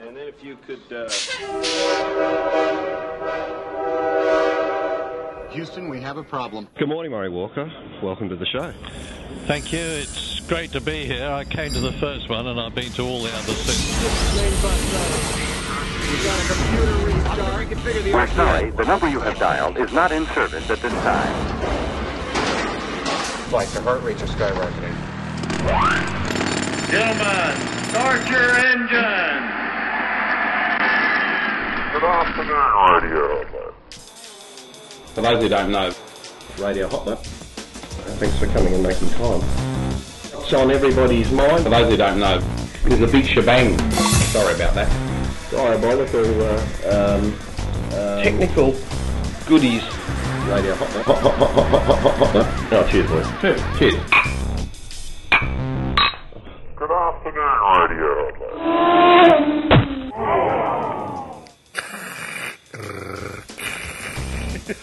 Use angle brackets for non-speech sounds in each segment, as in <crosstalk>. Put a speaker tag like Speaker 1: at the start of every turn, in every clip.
Speaker 1: And then if you could, uh,
Speaker 2: Houston, we have a problem.
Speaker 3: Good morning, Murray Walker. Welcome to the show.
Speaker 4: Thank you. It's great to be here. I came to the first one and I've been to all the others since.
Speaker 5: We're sorry, the number you have dialed is not in service at this time.
Speaker 6: Like the heart rates are skyrocketing.
Speaker 7: Gentlemen, start your engine. Good afternoon, radio.
Speaker 3: For those who don't know, Radio Hotler. Thanks for coming and making time. It's on everybody's mind. For those who don't know, there's a big shebang. Sorry about that. Diabolical uh, um, technical goodies. Radio Hotler. Hot, hot, hot, hot, hot, hot, hot, hot. Oh, cheers, boys. Cheers. cheers.
Speaker 7: Good afternoon, radio.
Speaker 8: <laughs> We've got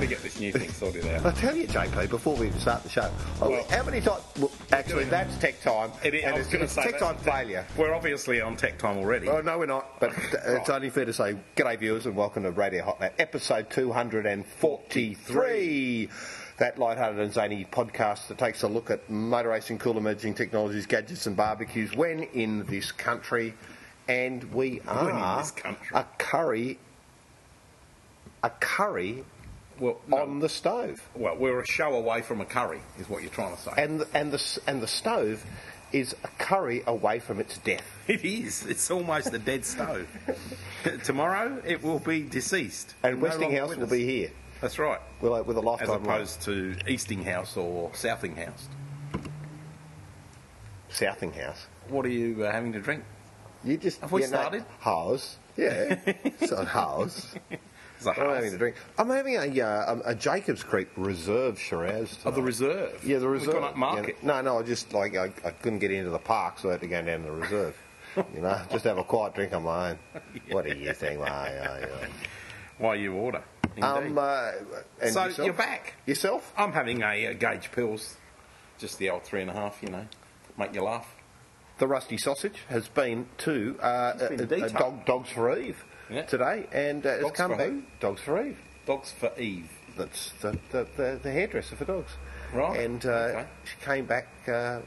Speaker 8: to get this new thing sorted out.
Speaker 6: I tell you, JP, before we even start the show, oh,
Speaker 8: Well-
Speaker 6: how many times? Well, actually, that's tech time,
Speaker 8: It is,
Speaker 6: and
Speaker 8: I was
Speaker 6: it's,
Speaker 8: going to
Speaker 6: it's
Speaker 8: say
Speaker 6: tech time
Speaker 8: that-
Speaker 6: failure.
Speaker 8: We're obviously on tech time already.
Speaker 6: Oh no, we're not. But it's only fair to say, g'day viewers, and welcome to Radio Hotnet, episode two hundred and forty-three. That light-hearted and zany podcast that takes a look at motor racing, cool emerging technologies, gadgets, and barbecues. When in this country, and we are
Speaker 8: in this country.
Speaker 6: a curry, a curry
Speaker 8: well, no,
Speaker 6: on the stove.
Speaker 8: well, we're a show away from a curry, is what you're trying to say.
Speaker 6: and and the s- and the stove is a curry away from its death.
Speaker 8: <laughs> it is. It's almost a dead stove. <laughs> Tomorrow, it will be deceased.
Speaker 6: And
Speaker 8: No
Speaker 6: Westinghouse
Speaker 8: longer
Speaker 6: will
Speaker 8: with
Speaker 6: be
Speaker 8: us.
Speaker 6: here
Speaker 8: That's right.
Speaker 6: with a, with a
Speaker 8: As
Speaker 6: lifetime
Speaker 8: opposed to Eastinghouse or Southinghouse.
Speaker 6: life. Southinghouse.
Speaker 8: What are you uh, having to drink?
Speaker 6: You just
Speaker 8: Have we
Speaker 6: you know,
Speaker 8: started?
Speaker 6: house. <laughs> Yeah, it's a house.
Speaker 8: It's a
Speaker 6: I'm having
Speaker 8: house
Speaker 6: a drink. I'm having a uh, um, a Jacobs Creek Reserve Shiraz.
Speaker 8: of the
Speaker 6: tonight.
Speaker 8: reserve.
Speaker 6: Yeah, the reserve.
Speaker 8: We've gone up market.
Speaker 6: Yeah, no, no, I just like I, I couldn't get into the park, so I had to go down to the reserve. you <laughs> know, just have a quiet drink on my own. What do you think, mate? Oh, yeah.
Speaker 8: Why you order?
Speaker 6: Um,
Speaker 8: Indeed.
Speaker 6: uh, and
Speaker 8: so
Speaker 6: yourself?
Speaker 8: you're back.
Speaker 6: Yourself?
Speaker 8: I'm having a, uh gauge pills, just the old three and a half, you know, make you laugh.
Speaker 6: The rusty sausage has been to uh,
Speaker 8: been
Speaker 6: uh,
Speaker 8: detailed.
Speaker 6: uh, dog, Dogs for Eve
Speaker 8: Yeah.
Speaker 6: today, and uh, it's
Speaker 8: Dogs
Speaker 6: come
Speaker 8: for
Speaker 6: back.
Speaker 8: who?
Speaker 6: Dogs for Eve.
Speaker 8: Dogs for Eve. <laughs>
Speaker 6: That's the, the, the, the hairdresser for dogs.
Speaker 8: Right,
Speaker 6: And uh,
Speaker 8: okay.
Speaker 6: she came back uh,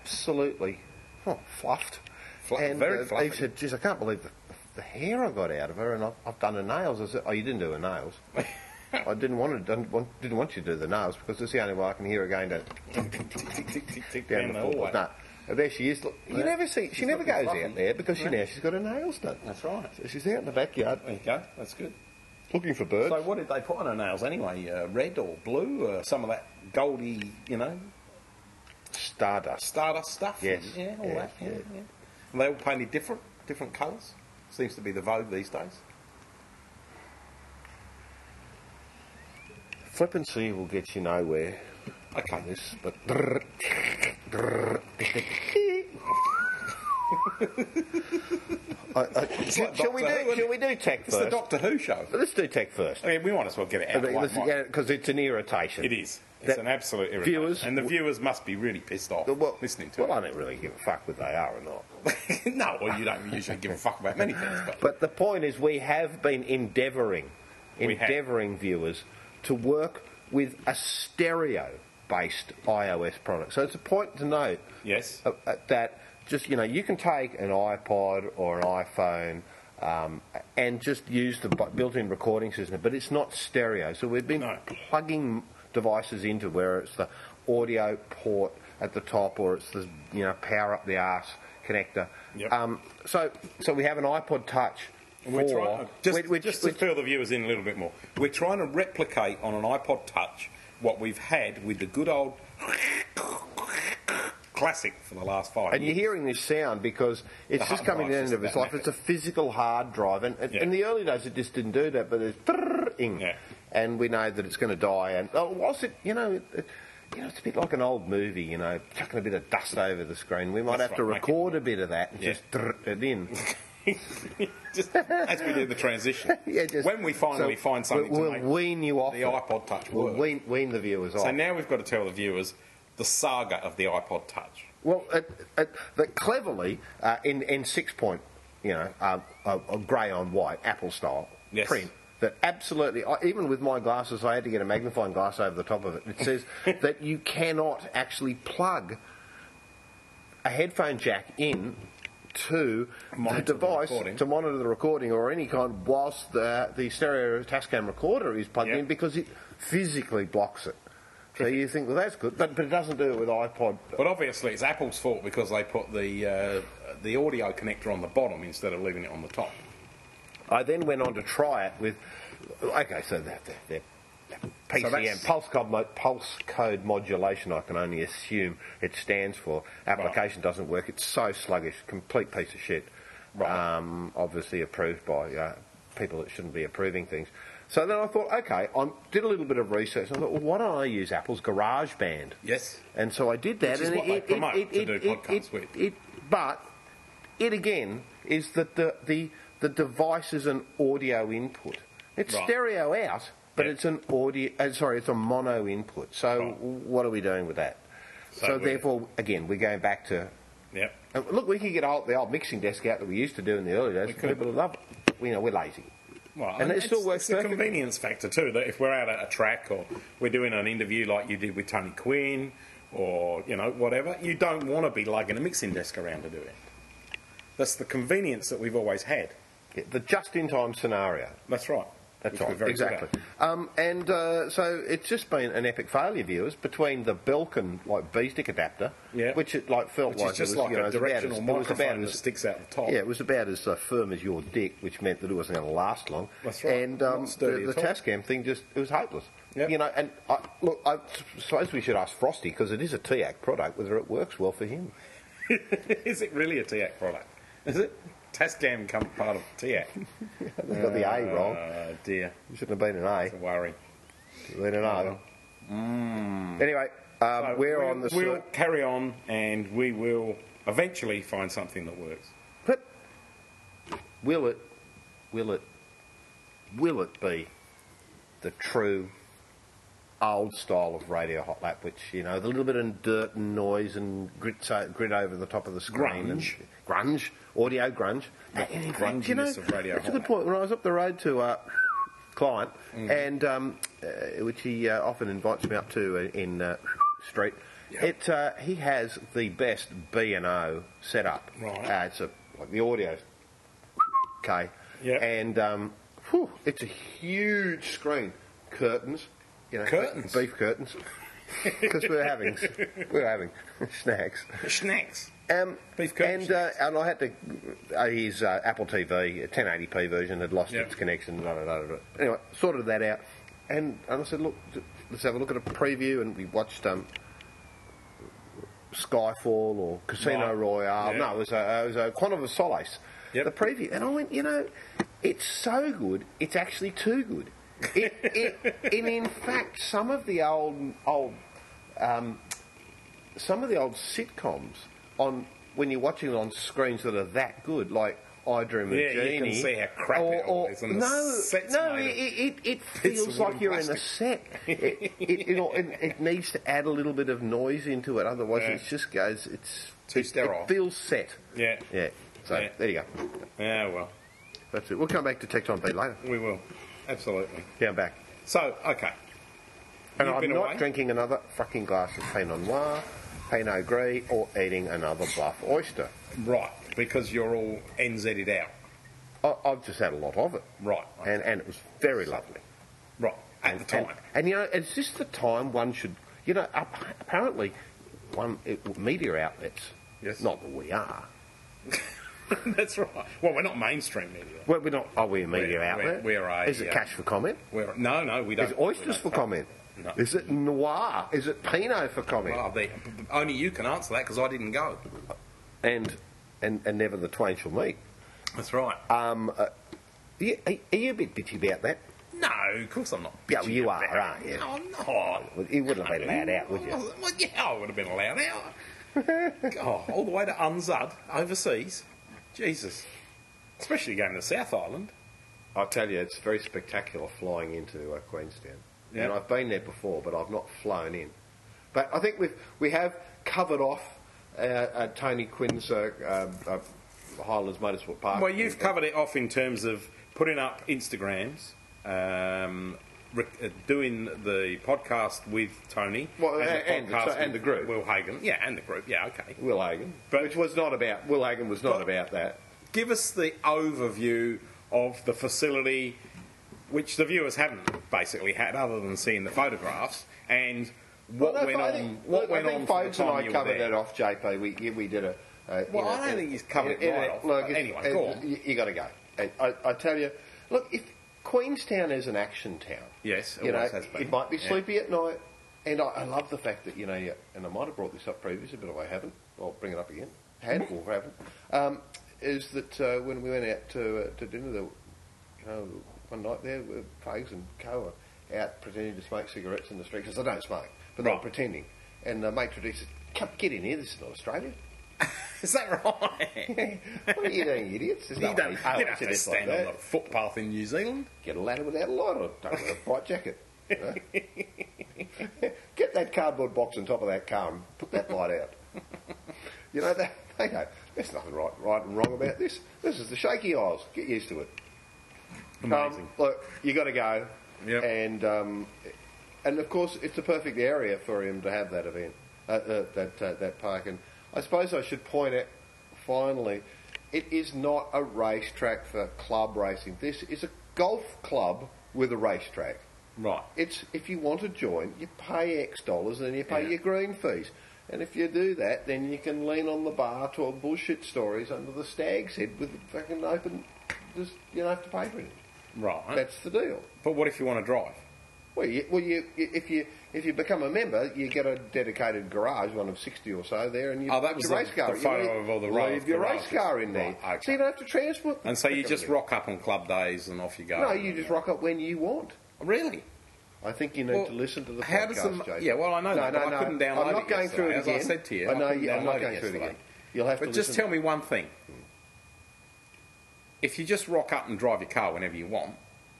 Speaker 6: absolutely oh, fluffed.
Speaker 8: Fluff-
Speaker 6: and
Speaker 8: very
Speaker 6: uh,
Speaker 8: fluffy.
Speaker 6: Eve said, "Geez, I can't believe the, the hair I got out of her, and I've, I've done her nails." I said, "Oh, you didn't do her nails."
Speaker 8: <laughs>
Speaker 6: I didn't want to, didn't want, didn't want you to do the nails because it's the only way I can hear her going to
Speaker 8: tick, tick, tick, tick, tick,
Speaker 6: down, the
Speaker 8: hallway.
Speaker 6: hallway. No. And There she is. Look, you
Speaker 8: Yeah.
Speaker 6: never see. She
Speaker 8: She's
Speaker 6: never goes
Speaker 8: looking fluffy.
Speaker 6: out there because she now she's got her nails done.
Speaker 8: That's right.
Speaker 6: So she's out in the backyard
Speaker 8: There you go. That's good.
Speaker 6: looking for birds.
Speaker 8: So what did they put on her nails anyway? Uh, red or blue? Uh, some of that goldy, you know,
Speaker 6: Stardust.
Speaker 8: stardust stuff.
Speaker 6: Yes,
Speaker 8: Yeah, all
Speaker 6: yeah,
Speaker 8: that. Yeah,
Speaker 6: yeah.
Speaker 8: yeah. And they all painted different, different colours. Seems to be the vogue these days.
Speaker 6: Flippancy will get you nowhere
Speaker 8: Okay.
Speaker 6: on this, but I, I, shall,
Speaker 8: like
Speaker 6: shall we
Speaker 8: Doctor Who,
Speaker 6: do?
Speaker 8: isn't
Speaker 6: Shall
Speaker 8: it?
Speaker 6: we do tech
Speaker 8: It's the
Speaker 6: first?
Speaker 8: Doctor Who show.
Speaker 6: Let's do tech first.
Speaker 8: I mean, we might as well get it out. of the way, mightn't we?
Speaker 6: Because it's an irritation.
Speaker 8: It is. It's
Speaker 6: That-
Speaker 8: an absolute irritation.
Speaker 6: viewers-
Speaker 8: and the viewers must be really pissed off
Speaker 6: Well,
Speaker 8: listening to
Speaker 6: well, I
Speaker 8: it.
Speaker 6: don't really give a fuck whether they are or not.
Speaker 8: <laughs> no, well, you don't usually give a fuck about many things,
Speaker 6: <laughs>
Speaker 8: but,
Speaker 6: But the point is, we have been endeavouring,
Speaker 8: We have.
Speaker 6: endeavouring viewers to work with a stereo-based iOS product. So it's a point to note
Speaker 8: yes,
Speaker 6: uh, uh, that just you know you can take an iPod or an iPhone. Um, and just use the bu- built-in recording system, but it's not stereo. So we've been
Speaker 8: No.
Speaker 6: plugging devices into where it's the audio port at the top, or it's the you know power up the arse connector.
Speaker 8: Yep.
Speaker 6: Um, so so we have an iPod Touch.
Speaker 8: we're
Speaker 6: for-
Speaker 8: trying uh, just,
Speaker 6: we're- we're-
Speaker 8: just
Speaker 6: we're-
Speaker 8: to fill the viewers in a little bit more. We're trying to replicate on an iPod Touch what we've had with the good old classic for the last five.
Speaker 6: and you're
Speaker 8: years.
Speaker 6: hearing this sound because it's
Speaker 8: The
Speaker 6: just
Speaker 8: hard
Speaker 6: coming to the
Speaker 8: drive's
Speaker 6: end of
Speaker 8: just
Speaker 6: its
Speaker 8: that
Speaker 6: life. It's a physical hard drive, and and-
Speaker 8: Yeah.
Speaker 6: in the early days it just didn't do that, but it's ing,
Speaker 8: Yeah.
Speaker 6: and we know that it's going to die. And oh, was it? You know, it, it, you know, it's a bit like an old movie. You know, chucking a bit of dust over the screen. We might
Speaker 8: That's
Speaker 6: have to
Speaker 8: right, make it-
Speaker 6: record a bit of that and
Speaker 8: Yeah.
Speaker 6: just it
Speaker 8: <laughs>
Speaker 6: in.
Speaker 8: just as we do the transition.
Speaker 6: <laughs> Yeah, just-
Speaker 8: when we finally
Speaker 6: so
Speaker 8: find something
Speaker 6: we'll,
Speaker 8: to make
Speaker 6: we'll wean you off
Speaker 8: the
Speaker 6: it.
Speaker 8: iPod Touch
Speaker 6: We'll
Speaker 8: work.
Speaker 6: wean, wean the viewers
Speaker 8: So
Speaker 6: off.
Speaker 8: now we've got to tell the viewers the saga of the iPod Touch.
Speaker 6: Well, it, it, but cleverly uh, in in six point, you know, uh, uh, uh, grey on white, Apple style
Speaker 8: Yes.
Speaker 6: print. That absolutely, I- even with my glasses, I had to get a magnifying glass over the top of it. It says
Speaker 8: <laughs>
Speaker 6: that you cannot actually plug a headphone jack in to
Speaker 8: Monitor the
Speaker 6: the device
Speaker 8: recording.
Speaker 6: to monitor the recording or any kind whilst the, the stereo Tascam recorder is plugged
Speaker 8: Yep.
Speaker 6: in because it physically blocks it. So you think, well, that's good, but, but it doesn't do it with iPod
Speaker 8: But obviously, it's Apple's fault because they put the uh, the audio connector on the bottom instead of leaving it on the top.
Speaker 6: I then went on to try it with, okay, so they're, they're, they're
Speaker 8: So
Speaker 6: PCM,
Speaker 8: that's-
Speaker 6: pulse, code, mo- pulse code modulation, I can only assume it stands for. Application doesn't work. It's so sluggish, complete piece of shit.
Speaker 8: Right.
Speaker 6: Um, obviously approved by uh, people that shouldn't be approving things. So then I thought, okay, I did a little bit of research. I thought, well, why don't I use Apple's GarageBand?
Speaker 8: Yes.
Speaker 6: And so I did that.
Speaker 8: Which is
Speaker 6: and
Speaker 8: what
Speaker 6: it,
Speaker 8: they
Speaker 6: it-
Speaker 8: promote
Speaker 6: it-
Speaker 8: to do
Speaker 6: it-
Speaker 8: podcasts
Speaker 6: it-
Speaker 8: with.
Speaker 6: it- but it again is that the, the, the device is an audio input. It's
Speaker 8: Right.
Speaker 6: stereo out, but
Speaker 8: Yeah.
Speaker 6: it's an audio. Uh, sorry, it's a mono input. So
Speaker 8: Right.
Speaker 6: what are we doing with that? So,
Speaker 8: So we're-
Speaker 6: therefore, again, we're going back to.
Speaker 8: Yep.
Speaker 6: uh, Look, we can get old, the old mixing desk out that we used to do in the early days.
Speaker 8: We could.
Speaker 6: People love it. You know, we're lazy.
Speaker 8: Well,
Speaker 6: And it
Speaker 8: it's-
Speaker 6: still works
Speaker 8: It's a
Speaker 6: perfectly.
Speaker 8: convenience factor too. That if we're out at a track or we're doing an interview like you did with Tony Quinn or you know whatever, you don't want to be lugging a mixing desk around to do it. That's the convenience that we've always had.
Speaker 6: Yeah, the just-in-time scenario.
Speaker 8: That's right.
Speaker 6: That's
Speaker 8: Which we're
Speaker 6: right.
Speaker 8: very good at.
Speaker 6: Exactly. Um, and uh, so it's just been an epic failure, viewers, between the Belkin like B-stick adapter,
Speaker 8: Yeah.
Speaker 6: which it like felt
Speaker 8: Which
Speaker 6: like
Speaker 8: is just
Speaker 6: it was,
Speaker 8: like
Speaker 6: you know, it
Speaker 8: a
Speaker 6: was about as-
Speaker 8: directional
Speaker 6: it was about
Speaker 8: microphone that
Speaker 6: as-
Speaker 8: sticks out the top.
Speaker 6: Yeah, it was about as uh, firm as your dick, which meant that it wasn't going to last long.
Speaker 8: That's right.
Speaker 6: And um,
Speaker 8: Not sturdy
Speaker 6: the, the
Speaker 8: at all.
Speaker 6: Tascam thing just it was hopeless.
Speaker 8: Yep.
Speaker 6: You know, and I, look, I suppose we should ask Frosty because it is a TAC product whether it works well for him.
Speaker 8: <laughs> Is it really a TAC product? Is it? Tascam come part of TAC.
Speaker 6: <laughs> They got the A wrong.
Speaker 8: Oh dear,
Speaker 6: It shouldn't have been an A.
Speaker 8: it's a worry.
Speaker 6: It been an R. Anyway, um,
Speaker 8: Mm. So
Speaker 6: we're
Speaker 8: we'll-
Speaker 6: on the.
Speaker 8: We'll
Speaker 6: cir-
Speaker 8: carry on, and we will eventually find something that works.
Speaker 6: But will it, will it, will it be the true old style of radio hot lap, which you know, the little bit of dirt and noise and grit, so, grit over the top of the screen
Speaker 8: Grunge.
Speaker 6: and grunge, audio grunge. And in fact, you know,
Speaker 8: grunginess of radio
Speaker 6: that's a
Speaker 8: hot
Speaker 6: good
Speaker 8: lap.
Speaker 6: point. When I was up the road to uh, client, and um, uh, which he uh, often invites me up to in, in uh, street. It uh, he has the best B and O setup.
Speaker 8: Right.
Speaker 6: Uh, it's a like the audio. <laughs> Okay.
Speaker 8: Yep.
Speaker 6: And um, whew, it's a huge screen, curtains, you know,
Speaker 8: Curtains?
Speaker 6: beef curtains, <laughs> because we were having we were having <laughs> snacks.
Speaker 8: Snacks.
Speaker 6: Um,
Speaker 8: Beef curtain
Speaker 6: And, uh, and I had to. Uh, his uh, Apple TV, a 1080p version, had lost
Speaker 8: Yep.
Speaker 6: its connection. Da, da, da, da, da. Anyway, sorted that out. And, and I said, look, j- let's have a look at a preview. And we watched um, Skyfall or Casino
Speaker 8: Right.
Speaker 6: Royale.
Speaker 8: Yeah.
Speaker 6: No, it was, a, it was a Quantum of Solace.
Speaker 8: Yep.
Speaker 6: The preview. And I went, you know, it's so good, it's actually too good. It, it,
Speaker 8: <laughs>
Speaker 6: and in fact, some of the old old some of the old sitcoms on when you're watching it on screens that are that good, like I Dream of
Speaker 8: Yeah, you
Speaker 6: Jeannie.
Speaker 8: can see how crap it
Speaker 6: or,
Speaker 8: all
Speaker 6: or-
Speaker 8: is and the
Speaker 6: no,
Speaker 8: set's
Speaker 6: no,
Speaker 8: made
Speaker 6: it,
Speaker 8: of
Speaker 6: it, it
Speaker 8: bits of
Speaker 6: feels
Speaker 8: wood
Speaker 6: like
Speaker 8: and
Speaker 6: you're in a
Speaker 8: plastic.
Speaker 6: set. It, it, it,
Speaker 8: <laughs>
Speaker 6: all- it, it needs to add a little bit of noise into it, otherwise
Speaker 8: Yeah.
Speaker 6: it just goes. It's
Speaker 8: Too
Speaker 6: it-
Speaker 8: sterile.
Speaker 6: It feels set.
Speaker 8: Yeah.
Speaker 6: Yeah. So
Speaker 8: Yeah.
Speaker 6: there you go.
Speaker 8: Yeah, well,
Speaker 6: That's it. We'll come back to Tecton B later.
Speaker 8: we will. Absolutely.
Speaker 6: Yeah, I'm back.
Speaker 8: So, okay.
Speaker 6: And
Speaker 8: You've
Speaker 6: I'm
Speaker 8: been
Speaker 6: not
Speaker 8: away?
Speaker 6: drinking another fucking glass of Pinot Noir, Pinot Gris, or eating another Bluff oyster.
Speaker 8: Right, because you're all NZ'd out.
Speaker 6: I, I've just had a lot of it.
Speaker 8: Right.
Speaker 6: And, and it was very lovely.
Speaker 8: Right. At
Speaker 6: and,
Speaker 8: the time. <laughs>
Speaker 6: And, and, you know, it's just the time one should, you know, ap- apparently, one it, media outlets,
Speaker 8: Yes.
Speaker 6: not that we are.
Speaker 8: That's right. Well, we're not mainstream media.
Speaker 6: Well, we're not, are we a media
Speaker 8: We're-
Speaker 6: outlet?
Speaker 8: we're- we're a,
Speaker 6: Is it
Speaker 8: uh,
Speaker 6: cash for comment?
Speaker 8: We're, no, no, we don't.
Speaker 6: Is it
Speaker 8: we
Speaker 6: oysters
Speaker 8: don't
Speaker 6: for
Speaker 8: cover-
Speaker 6: comment?
Speaker 8: No.
Speaker 6: Is it noir? Is it Pinot for comment?
Speaker 8: Well, they, Ah, only you can answer that because I didn't go.
Speaker 6: And, and and never the twain shall meet.
Speaker 8: That's right.
Speaker 6: Um, uh, are, you, are you a bit bitchy about that?
Speaker 8: no, of course I'm not.
Speaker 6: Yeah, well,
Speaker 8: bitching
Speaker 6: you
Speaker 8: about
Speaker 6: are,
Speaker 8: it.
Speaker 6: aren't you?
Speaker 8: No, I'm not.
Speaker 6: Well, you wouldn't have been allowed out, would you?
Speaker 8: Well, yeah, I would have been
Speaker 6: <laughs>
Speaker 8: allowed out. oh, all the way to Unzud, overseas. Jesus. Especially going to South Island.
Speaker 6: I'll tell you, it's very spectacular flying into uh, Queenstown.
Speaker 8: Yeah.
Speaker 6: And I've been there before, but I've not flown in. But I think we've, we have covered off uh, uh, Tony Quinn's uh, um, uh, Highlands Motorsport Park.
Speaker 8: Well, you've covered it off in terms of putting up Instagrams, um, rec- uh, doing the podcast with Tony,
Speaker 6: Well, and- and the- and
Speaker 8: with
Speaker 6: the group.
Speaker 8: Will Hagen, yeah, and the group, yeah, okay.
Speaker 6: Will Hagen,
Speaker 8: But-
Speaker 6: which was not about Will Hagen was not
Speaker 8: But-
Speaker 6: about that.
Speaker 8: Give us the overview of the facility, which the viewers haven't basically had, other than seeing the photographs and what
Speaker 6: Well, no,
Speaker 8: went
Speaker 6: I
Speaker 8: on.
Speaker 6: think-
Speaker 8: what
Speaker 6: well,
Speaker 8: went
Speaker 6: I think
Speaker 8: on for the
Speaker 6: Fodes and
Speaker 8: time
Speaker 6: I
Speaker 8: you were
Speaker 6: covered
Speaker 8: there.
Speaker 6: that off, JP. We yeah, we did a. Uh,
Speaker 8: Well, I don't think he's covered it right off, but anyway,
Speaker 6: it-
Speaker 8: go on.
Speaker 6: You, you got to go. I, I, I tell you, look, if Queenstown is an action town,
Speaker 8: Yes, it
Speaker 6: you know,
Speaker 8: always has been.
Speaker 6: it might be
Speaker 8: Yeah.
Speaker 6: sleepy at night, and I, I love the fact that you know, you- and I might have brought this up previously, but I haven't. I'll bring it up again. Had or haven't. Um, is that uh, when we went out to uh, to dinner, the, you know, one night there, uh, Fags and Co were out pretending to smoke cigarettes in the street because they don't smoke, but they're
Speaker 8: Right.
Speaker 6: pretending. And the maitre d' said, "Come get in here. This is not Australia." <laughs>
Speaker 8: Is that right?
Speaker 6: what are you doing, idiots? There's <laughs>
Speaker 8: You
Speaker 6: no
Speaker 8: don't,
Speaker 6: way
Speaker 8: you
Speaker 6: Harley
Speaker 8: don't have
Speaker 6: said
Speaker 8: to
Speaker 6: it's like
Speaker 8: stand
Speaker 6: that.
Speaker 8: on the footpath in New Zealand.
Speaker 6: Get a ladder without a light on it. Don't wear a bright
Speaker 8: <laughs>
Speaker 6: jacket. you know? Get that cardboard box on top of that car and put that light
Speaker 8: <laughs>
Speaker 6: out. You know, they, they go, there's nothing right, right and wrong about this. This is the shaky Isles. Get used to it. Um,
Speaker 8: Amazing.
Speaker 6: look, you got to go.
Speaker 8: Yep.
Speaker 6: And um, and of course, it's a perfect area for him to have that event, uh, uh, that uh, that park. And I suppose I should point out finally, it is not a racetrack for club racing. This is a golf club with a racetrack.
Speaker 8: Right.
Speaker 6: It's if you want to join, you pay X dollars and you pay
Speaker 8: Yeah.
Speaker 6: your green fees. And if you do that, then you can lean on the bar to bullshit stories under the stag's head with the fucking open. Just you don't have to pay for it.
Speaker 8: Right.
Speaker 6: That's the deal.
Speaker 8: but what if you want to drive?
Speaker 6: Well, you, well, you, you- if you if you become a member, you get a dedicated garage, one of sixty or so there, and you
Speaker 8: Oh, that
Speaker 6: put
Speaker 8: was
Speaker 6: your
Speaker 8: the-
Speaker 6: race car.
Speaker 8: the
Speaker 6: You
Speaker 8: photo
Speaker 6: leave-
Speaker 8: of all the
Speaker 6: leave
Speaker 8: rows,
Speaker 6: your
Speaker 8: garages.
Speaker 6: race car in there,
Speaker 8: Right, okay.
Speaker 6: so you don't have to transport.
Speaker 8: And so you
Speaker 6: pick
Speaker 8: just
Speaker 6: everything.
Speaker 8: rock up on club days and off you go.
Speaker 6: No, you just rock up when you want.
Speaker 8: Really?
Speaker 6: I think you need
Speaker 8: Well,
Speaker 6: to listen to the
Speaker 8: how
Speaker 6: podcast,
Speaker 8: does the-
Speaker 6: Jason.
Speaker 8: yeah, well, I know that, but I couldn't download
Speaker 6: I'm not
Speaker 8: it
Speaker 6: going
Speaker 8: yesterday,
Speaker 6: through it
Speaker 8: as I
Speaker 6: again.
Speaker 8: said to you.
Speaker 6: I
Speaker 8: I
Speaker 6: know.
Speaker 8: couldn't
Speaker 6: yeah, I'm
Speaker 8: download
Speaker 6: not
Speaker 8: it
Speaker 6: going through it
Speaker 8: yesterday.
Speaker 6: again. You'll have
Speaker 8: But
Speaker 6: to
Speaker 8: just
Speaker 6: listen.
Speaker 8: tell me one thing. If you just rock up and drive your car whenever you want,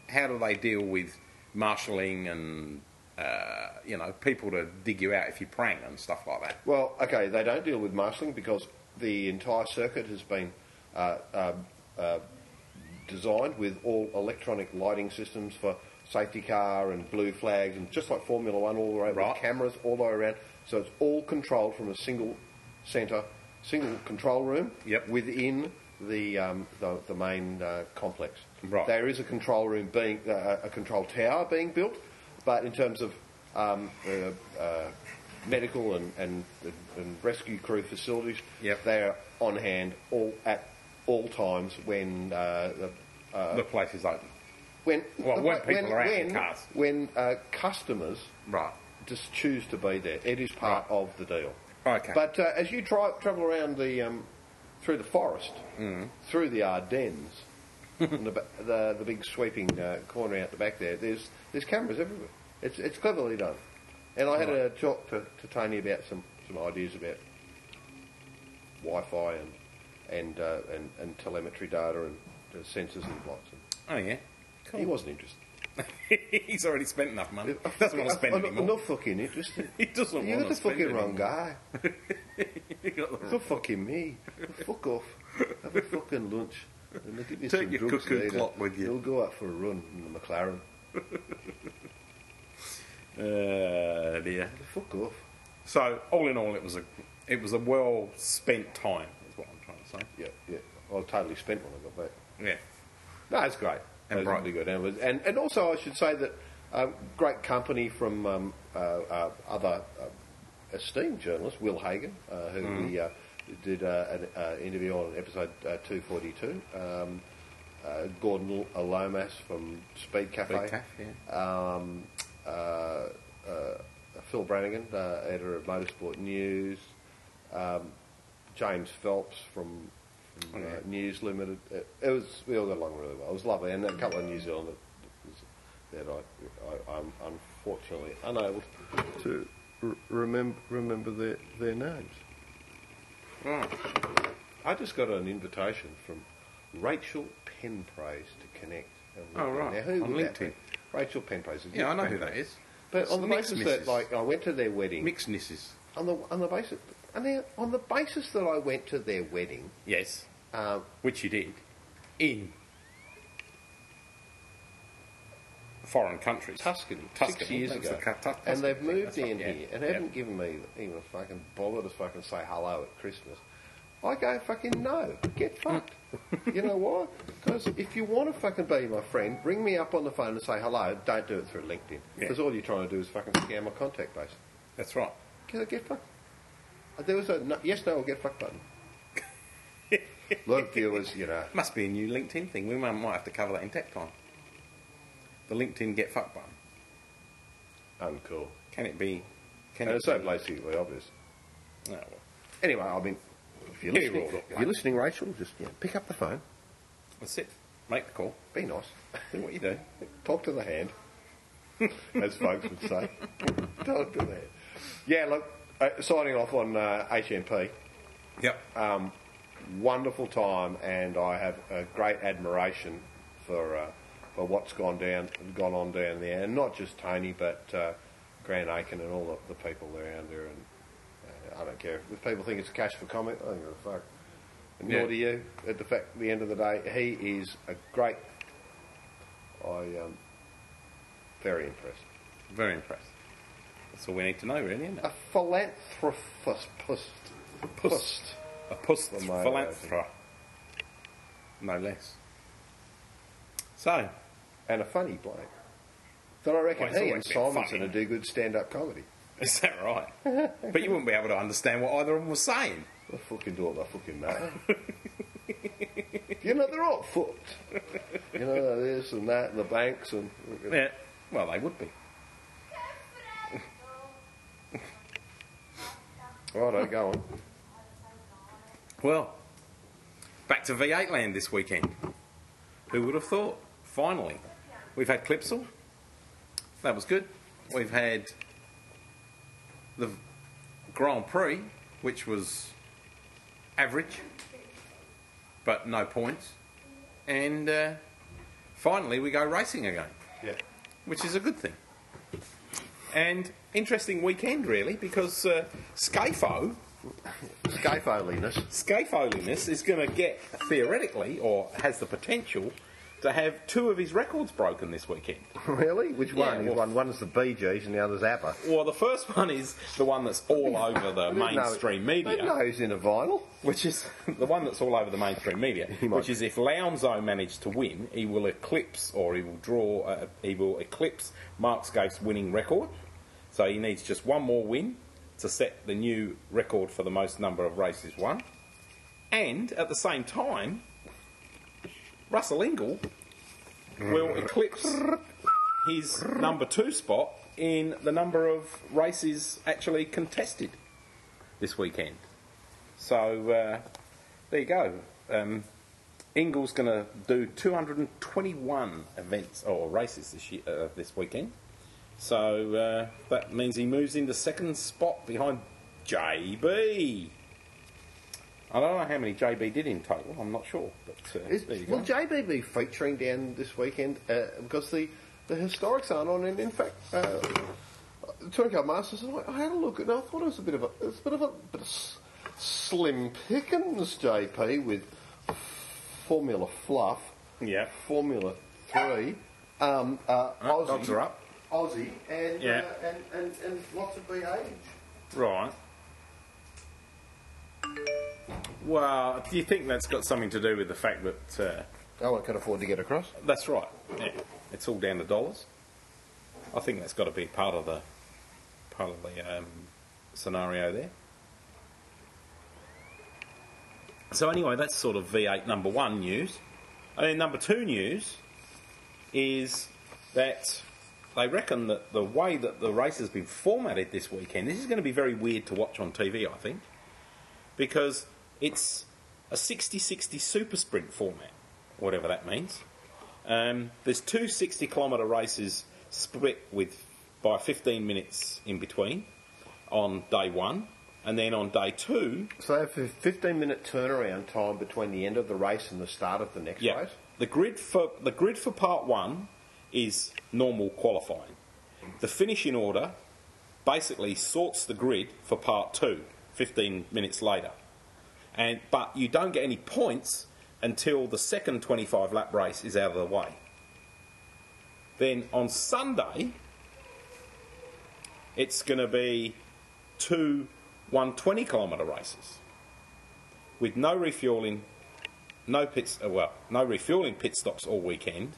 Speaker 8: how do they deal with marshalling and uh, you know people to dig you out if you're praying and stuff like that?
Speaker 6: Well, okay, they don't deal with marshalling because the entire circuit has been uh, uh, uh, designed with all electronic lighting systems for safety car and blue flags, and just like Formula One, all the way
Speaker 8: Right.
Speaker 6: with cameras all the way around. So it's all controlled from a single centre, single control room
Speaker 8: Yep.
Speaker 6: within the um, the, the main uh, complex.
Speaker 8: Right.
Speaker 6: There is a control room being uh, a control tower being built, but in terms of um, uh, uh, medical and, and, and rescue crew facilities,
Speaker 8: Yep.
Speaker 6: they are on hand all at all times when uh, the, uh,
Speaker 8: the place is open.
Speaker 6: when
Speaker 8: Well, when people are out in
Speaker 6: when,
Speaker 8: cars.
Speaker 6: when uh, customers
Speaker 8: Right.
Speaker 6: just choose to be there. It is part
Speaker 8: Right.
Speaker 6: of the deal.
Speaker 8: Okay.
Speaker 6: But uh, as you try, travel around the um, through the forest,
Speaker 8: Mm.
Speaker 6: through the Ardennes, <laughs> and the, ba- the the big sweeping uh, corner out the back there, there's there's cameras everywhere. It's it's cleverly done. And I had a talk to, to Tony about some, some ideas about Wi-Fi and and, uh, and and telemetry data and uh, sensors and blocks.
Speaker 8: oh yeah.
Speaker 6: He wasn't interested.
Speaker 8: <laughs> He's already spent enough money.
Speaker 6: <laughs>
Speaker 8: Doesn't want to spend
Speaker 6: I'm
Speaker 8: any
Speaker 6: not-
Speaker 8: more.
Speaker 6: I'm not fucking interested.
Speaker 8: <laughs> He doesn't
Speaker 6: You're
Speaker 8: want
Speaker 6: the
Speaker 8: to spend
Speaker 6: fucking
Speaker 8: any
Speaker 6: wrong
Speaker 8: more.
Speaker 6: guy.
Speaker 8: You got the
Speaker 6: For fucking me. Fuck off. Have a fucking lunch. And they'll give you
Speaker 8: Take
Speaker 6: some
Speaker 8: your
Speaker 6: drugs
Speaker 8: cuckoo
Speaker 6: later.
Speaker 8: clock with you.
Speaker 6: You'll go out for a run in the McLaren.
Speaker 8: <laughs> Uh, dear.
Speaker 6: Fuck off.
Speaker 8: So all in all, it was a it was a well spent time. Is what I'm trying to say.
Speaker 6: Yeah, yeah. I was totally spent when I got back.
Speaker 8: Yeah.
Speaker 6: No, it's great.
Speaker 8: And
Speaker 6: It was
Speaker 8: bright.
Speaker 6: really good. And, it was- and, and also, I should say that um, great company from um, uh, uh, other uh, esteemed journalist, Will Hagen, uh, who
Speaker 8: Mm-hmm.
Speaker 6: we uh, did uh, an uh, interview on episode uh, 242. Um, uh, Gordon L- Lomas from Speed Cafe.
Speaker 8: Big calf, yeah.
Speaker 6: um, uh, uh, Phil Brannigan, uh, editor of Motorsport News, um, James Phelps from, from uh, News Limited. It, it was we all got along really well. It was lovely, and a couple of New Zealanders that I, I, I'm unfortunately unable to r- remember remember their their names. I just got an invitation from Rachel Penpraise to connect. on
Speaker 8: Oh,
Speaker 6: LinkedIn.
Speaker 8: right,
Speaker 6: Now, who
Speaker 8: on
Speaker 6: would that be?
Speaker 8: LinkedIn.
Speaker 6: Rachel Penpraise. is
Speaker 8: Yeah, I know
Speaker 6: Nick
Speaker 8: who
Speaker 6: Penpraise.
Speaker 8: that is.
Speaker 6: But on the
Speaker 8: Mixed
Speaker 6: basis
Speaker 8: misses.
Speaker 6: that, like, I went to their wedding
Speaker 8: Mixed misses.
Speaker 6: on the on the basis, and they, on the basis that I went to their wedding,
Speaker 8: Yes.
Speaker 6: uh,
Speaker 8: Which you did. In foreign countries.
Speaker 6: Tuscany, six
Speaker 8: Tuscany,
Speaker 6: years
Speaker 8: that's
Speaker 6: ago,
Speaker 8: the cu- Tus-
Speaker 6: and they've
Speaker 8: Tuscany,
Speaker 6: moved
Speaker 8: that's right,
Speaker 6: in
Speaker 8: yeah,
Speaker 6: here and
Speaker 8: yeah.
Speaker 6: haven't given me even a fucking bother to fucking say hello at Christmas. I go fucking no, get
Speaker 8: <laughs>
Speaker 6: fucked. you know why? Because if you want to fucking be my friend, ring me up on the phone and say hello. Don't do it through LinkedIn
Speaker 8: Yeah.
Speaker 6: because all you're trying to do is fucking scam my contact base.
Speaker 8: That's right.
Speaker 6: Can I get fucked? There was a no, yes, no, or get fucked <laughs> button. a lot of viewers, you know.
Speaker 8: Must be a new LinkedIn thing. We might might have to cover that in tech time. The LinkedIn get fucked button.
Speaker 6: Uncool.
Speaker 8: Can it be? Can
Speaker 6: And
Speaker 8: it
Speaker 6: it's so
Speaker 8: be-
Speaker 6: blatantly obvious.
Speaker 8: Oh, well.
Speaker 6: Anyway, I mean, if you're
Speaker 8: Yeah,
Speaker 6: listening,
Speaker 8: well,
Speaker 6: if you're listening Rachel, just yeah, pick up the phone.
Speaker 8: That's it. Make the call.
Speaker 6: Be nice. <laughs>
Speaker 8: Do what you do.
Speaker 6: Talk to the hand, <laughs> as folks would say. <laughs> Talk to the hand. Yeah, look, uh, signing off on uh, HMP.
Speaker 8: Yep.
Speaker 6: Um, wonderful time, and I have a great admiration for uh, for what's gone down, gone on down there, and not just Tony, but uh, Grant Aiken and all the, the people around there. And uh, I don't care if people think it's cash for comment. I don't give a fuck. And
Speaker 8: Yeah.
Speaker 6: Nor do you. At the fact, at the end of the day, he is a great. I um, very impressed.
Speaker 8: Very impressed. That's all we need to know, really, isn't it?
Speaker 6: A philanthropist. Pust.
Speaker 8: Pust. A pus
Speaker 6: For my
Speaker 8: philanthra. No less. So,
Speaker 6: and a funny bloke. That I reckon
Speaker 8: Well, he's
Speaker 6: he and
Speaker 8: always been
Speaker 6: Simonson
Speaker 8: funny.
Speaker 6: would do good stand-up comedy.
Speaker 8: is that right? but you wouldn't be able to understand what either of them was saying.
Speaker 6: I fucking do what I
Speaker 8: <laughs>
Speaker 6: fucking know. you know, they're all fucked. You know, this and that and the banks and...
Speaker 8: Yeah. Well, they would be.
Speaker 6: Righto, go on.
Speaker 8: Well, back to V8 land this weekend. Who would have thought? Finally. We've had Clipsal. That was good. We've had the Grand Prix, which was average, but no points. And uh, finally, we go racing again
Speaker 6: Yeah.
Speaker 8: which is a good thing. And interesting weekend, really, because uh, Scafo,
Speaker 6: Scafo, Linus. <laughs>
Speaker 8: Scafoliness is going to get, theoretically, or has the potential, to have two of his records broken this weekend.
Speaker 6: Really? Which
Speaker 8: Yeah,
Speaker 6: one? He's
Speaker 8: well-
Speaker 6: one? One's the Bee Gees and the other's ABBA.
Speaker 8: Well, the first one is the one that's all over
Speaker 6: <laughs>
Speaker 8: the
Speaker 6: I didn't know-
Speaker 8: mainstream
Speaker 6: I
Speaker 8: media.
Speaker 6: didn't know he's in a vinyl.
Speaker 8: which is <laughs> the one that's all over the mainstream media,
Speaker 6: might.
Speaker 8: which is if Lounzo manages to win, he will eclipse or he will draw, uh, he will eclipse Mark Scaife's winning record. So he needs just one more win to set the new record for the most number of races won. And at the same time, Russell Ingall will eclipse his number two spot in the number of races actually contested this weekend. So uh, there you go. Um, Ingall's going to do 221 events or races this year, uh, this weekend. So uh, that means he moves into second spot behind JB. I don't know how many JB did in total. I'm not sure, but uh,
Speaker 6: Is,
Speaker 8: there you go.
Speaker 6: will JB be featuring down this weekend? Uh, because the, the historics aren't on, and in fact, uh, Touring Car Masters. and I, I had a look, and I thought it was a bit of a, it's a bit of a bit of s- slim pickings, JP, with Formula Fluff,
Speaker 8: Yeah.
Speaker 6: Formula Three, um, uh,
Speaker 8: Oh,
Speaker 6: Aussie,
Speaker 8: dogs are up.
Speaker 6: Aussie, and,
Speaker 8: Yeah.
Speaker 6: uh, and, and and lots of BH.
Speaker 8: Right. Well, do you think that's got something to do with the fact that? Uh,
Speaker 6: No one can afford to get across.
Speaker 8: That's right. Yeah, it's all down to dollars. I think that's got to be part of the part of the um, scenario there. So anyway, that's sort of V8 number one news. And then number two news is that they reckon that the way that the race has been formatted this weekend, this is going to be very weird to watch on TV, I think, because it's a 60-60 super sprint format, whatever that means. Um, there's two 60 kilometre races split with by 15 minutes in between on day one, and then on day two,
Speaker 6: So they have a 15 minute turnaround time between the end of the race and the start of the next
Speaker 8: yeah,
Speaker 6: race.
Speaker 8: the grid for the grid for part one is normal qualifying. The finishing order basically sorts the grid for part two, 15 minutes later. And, but you don't get any points until the second 25 lap race is out of the way. Then on Sunday, it's going to be two 120 kilometre races with no refueling, no pits, uh, well, no refueling pit stops all weekend,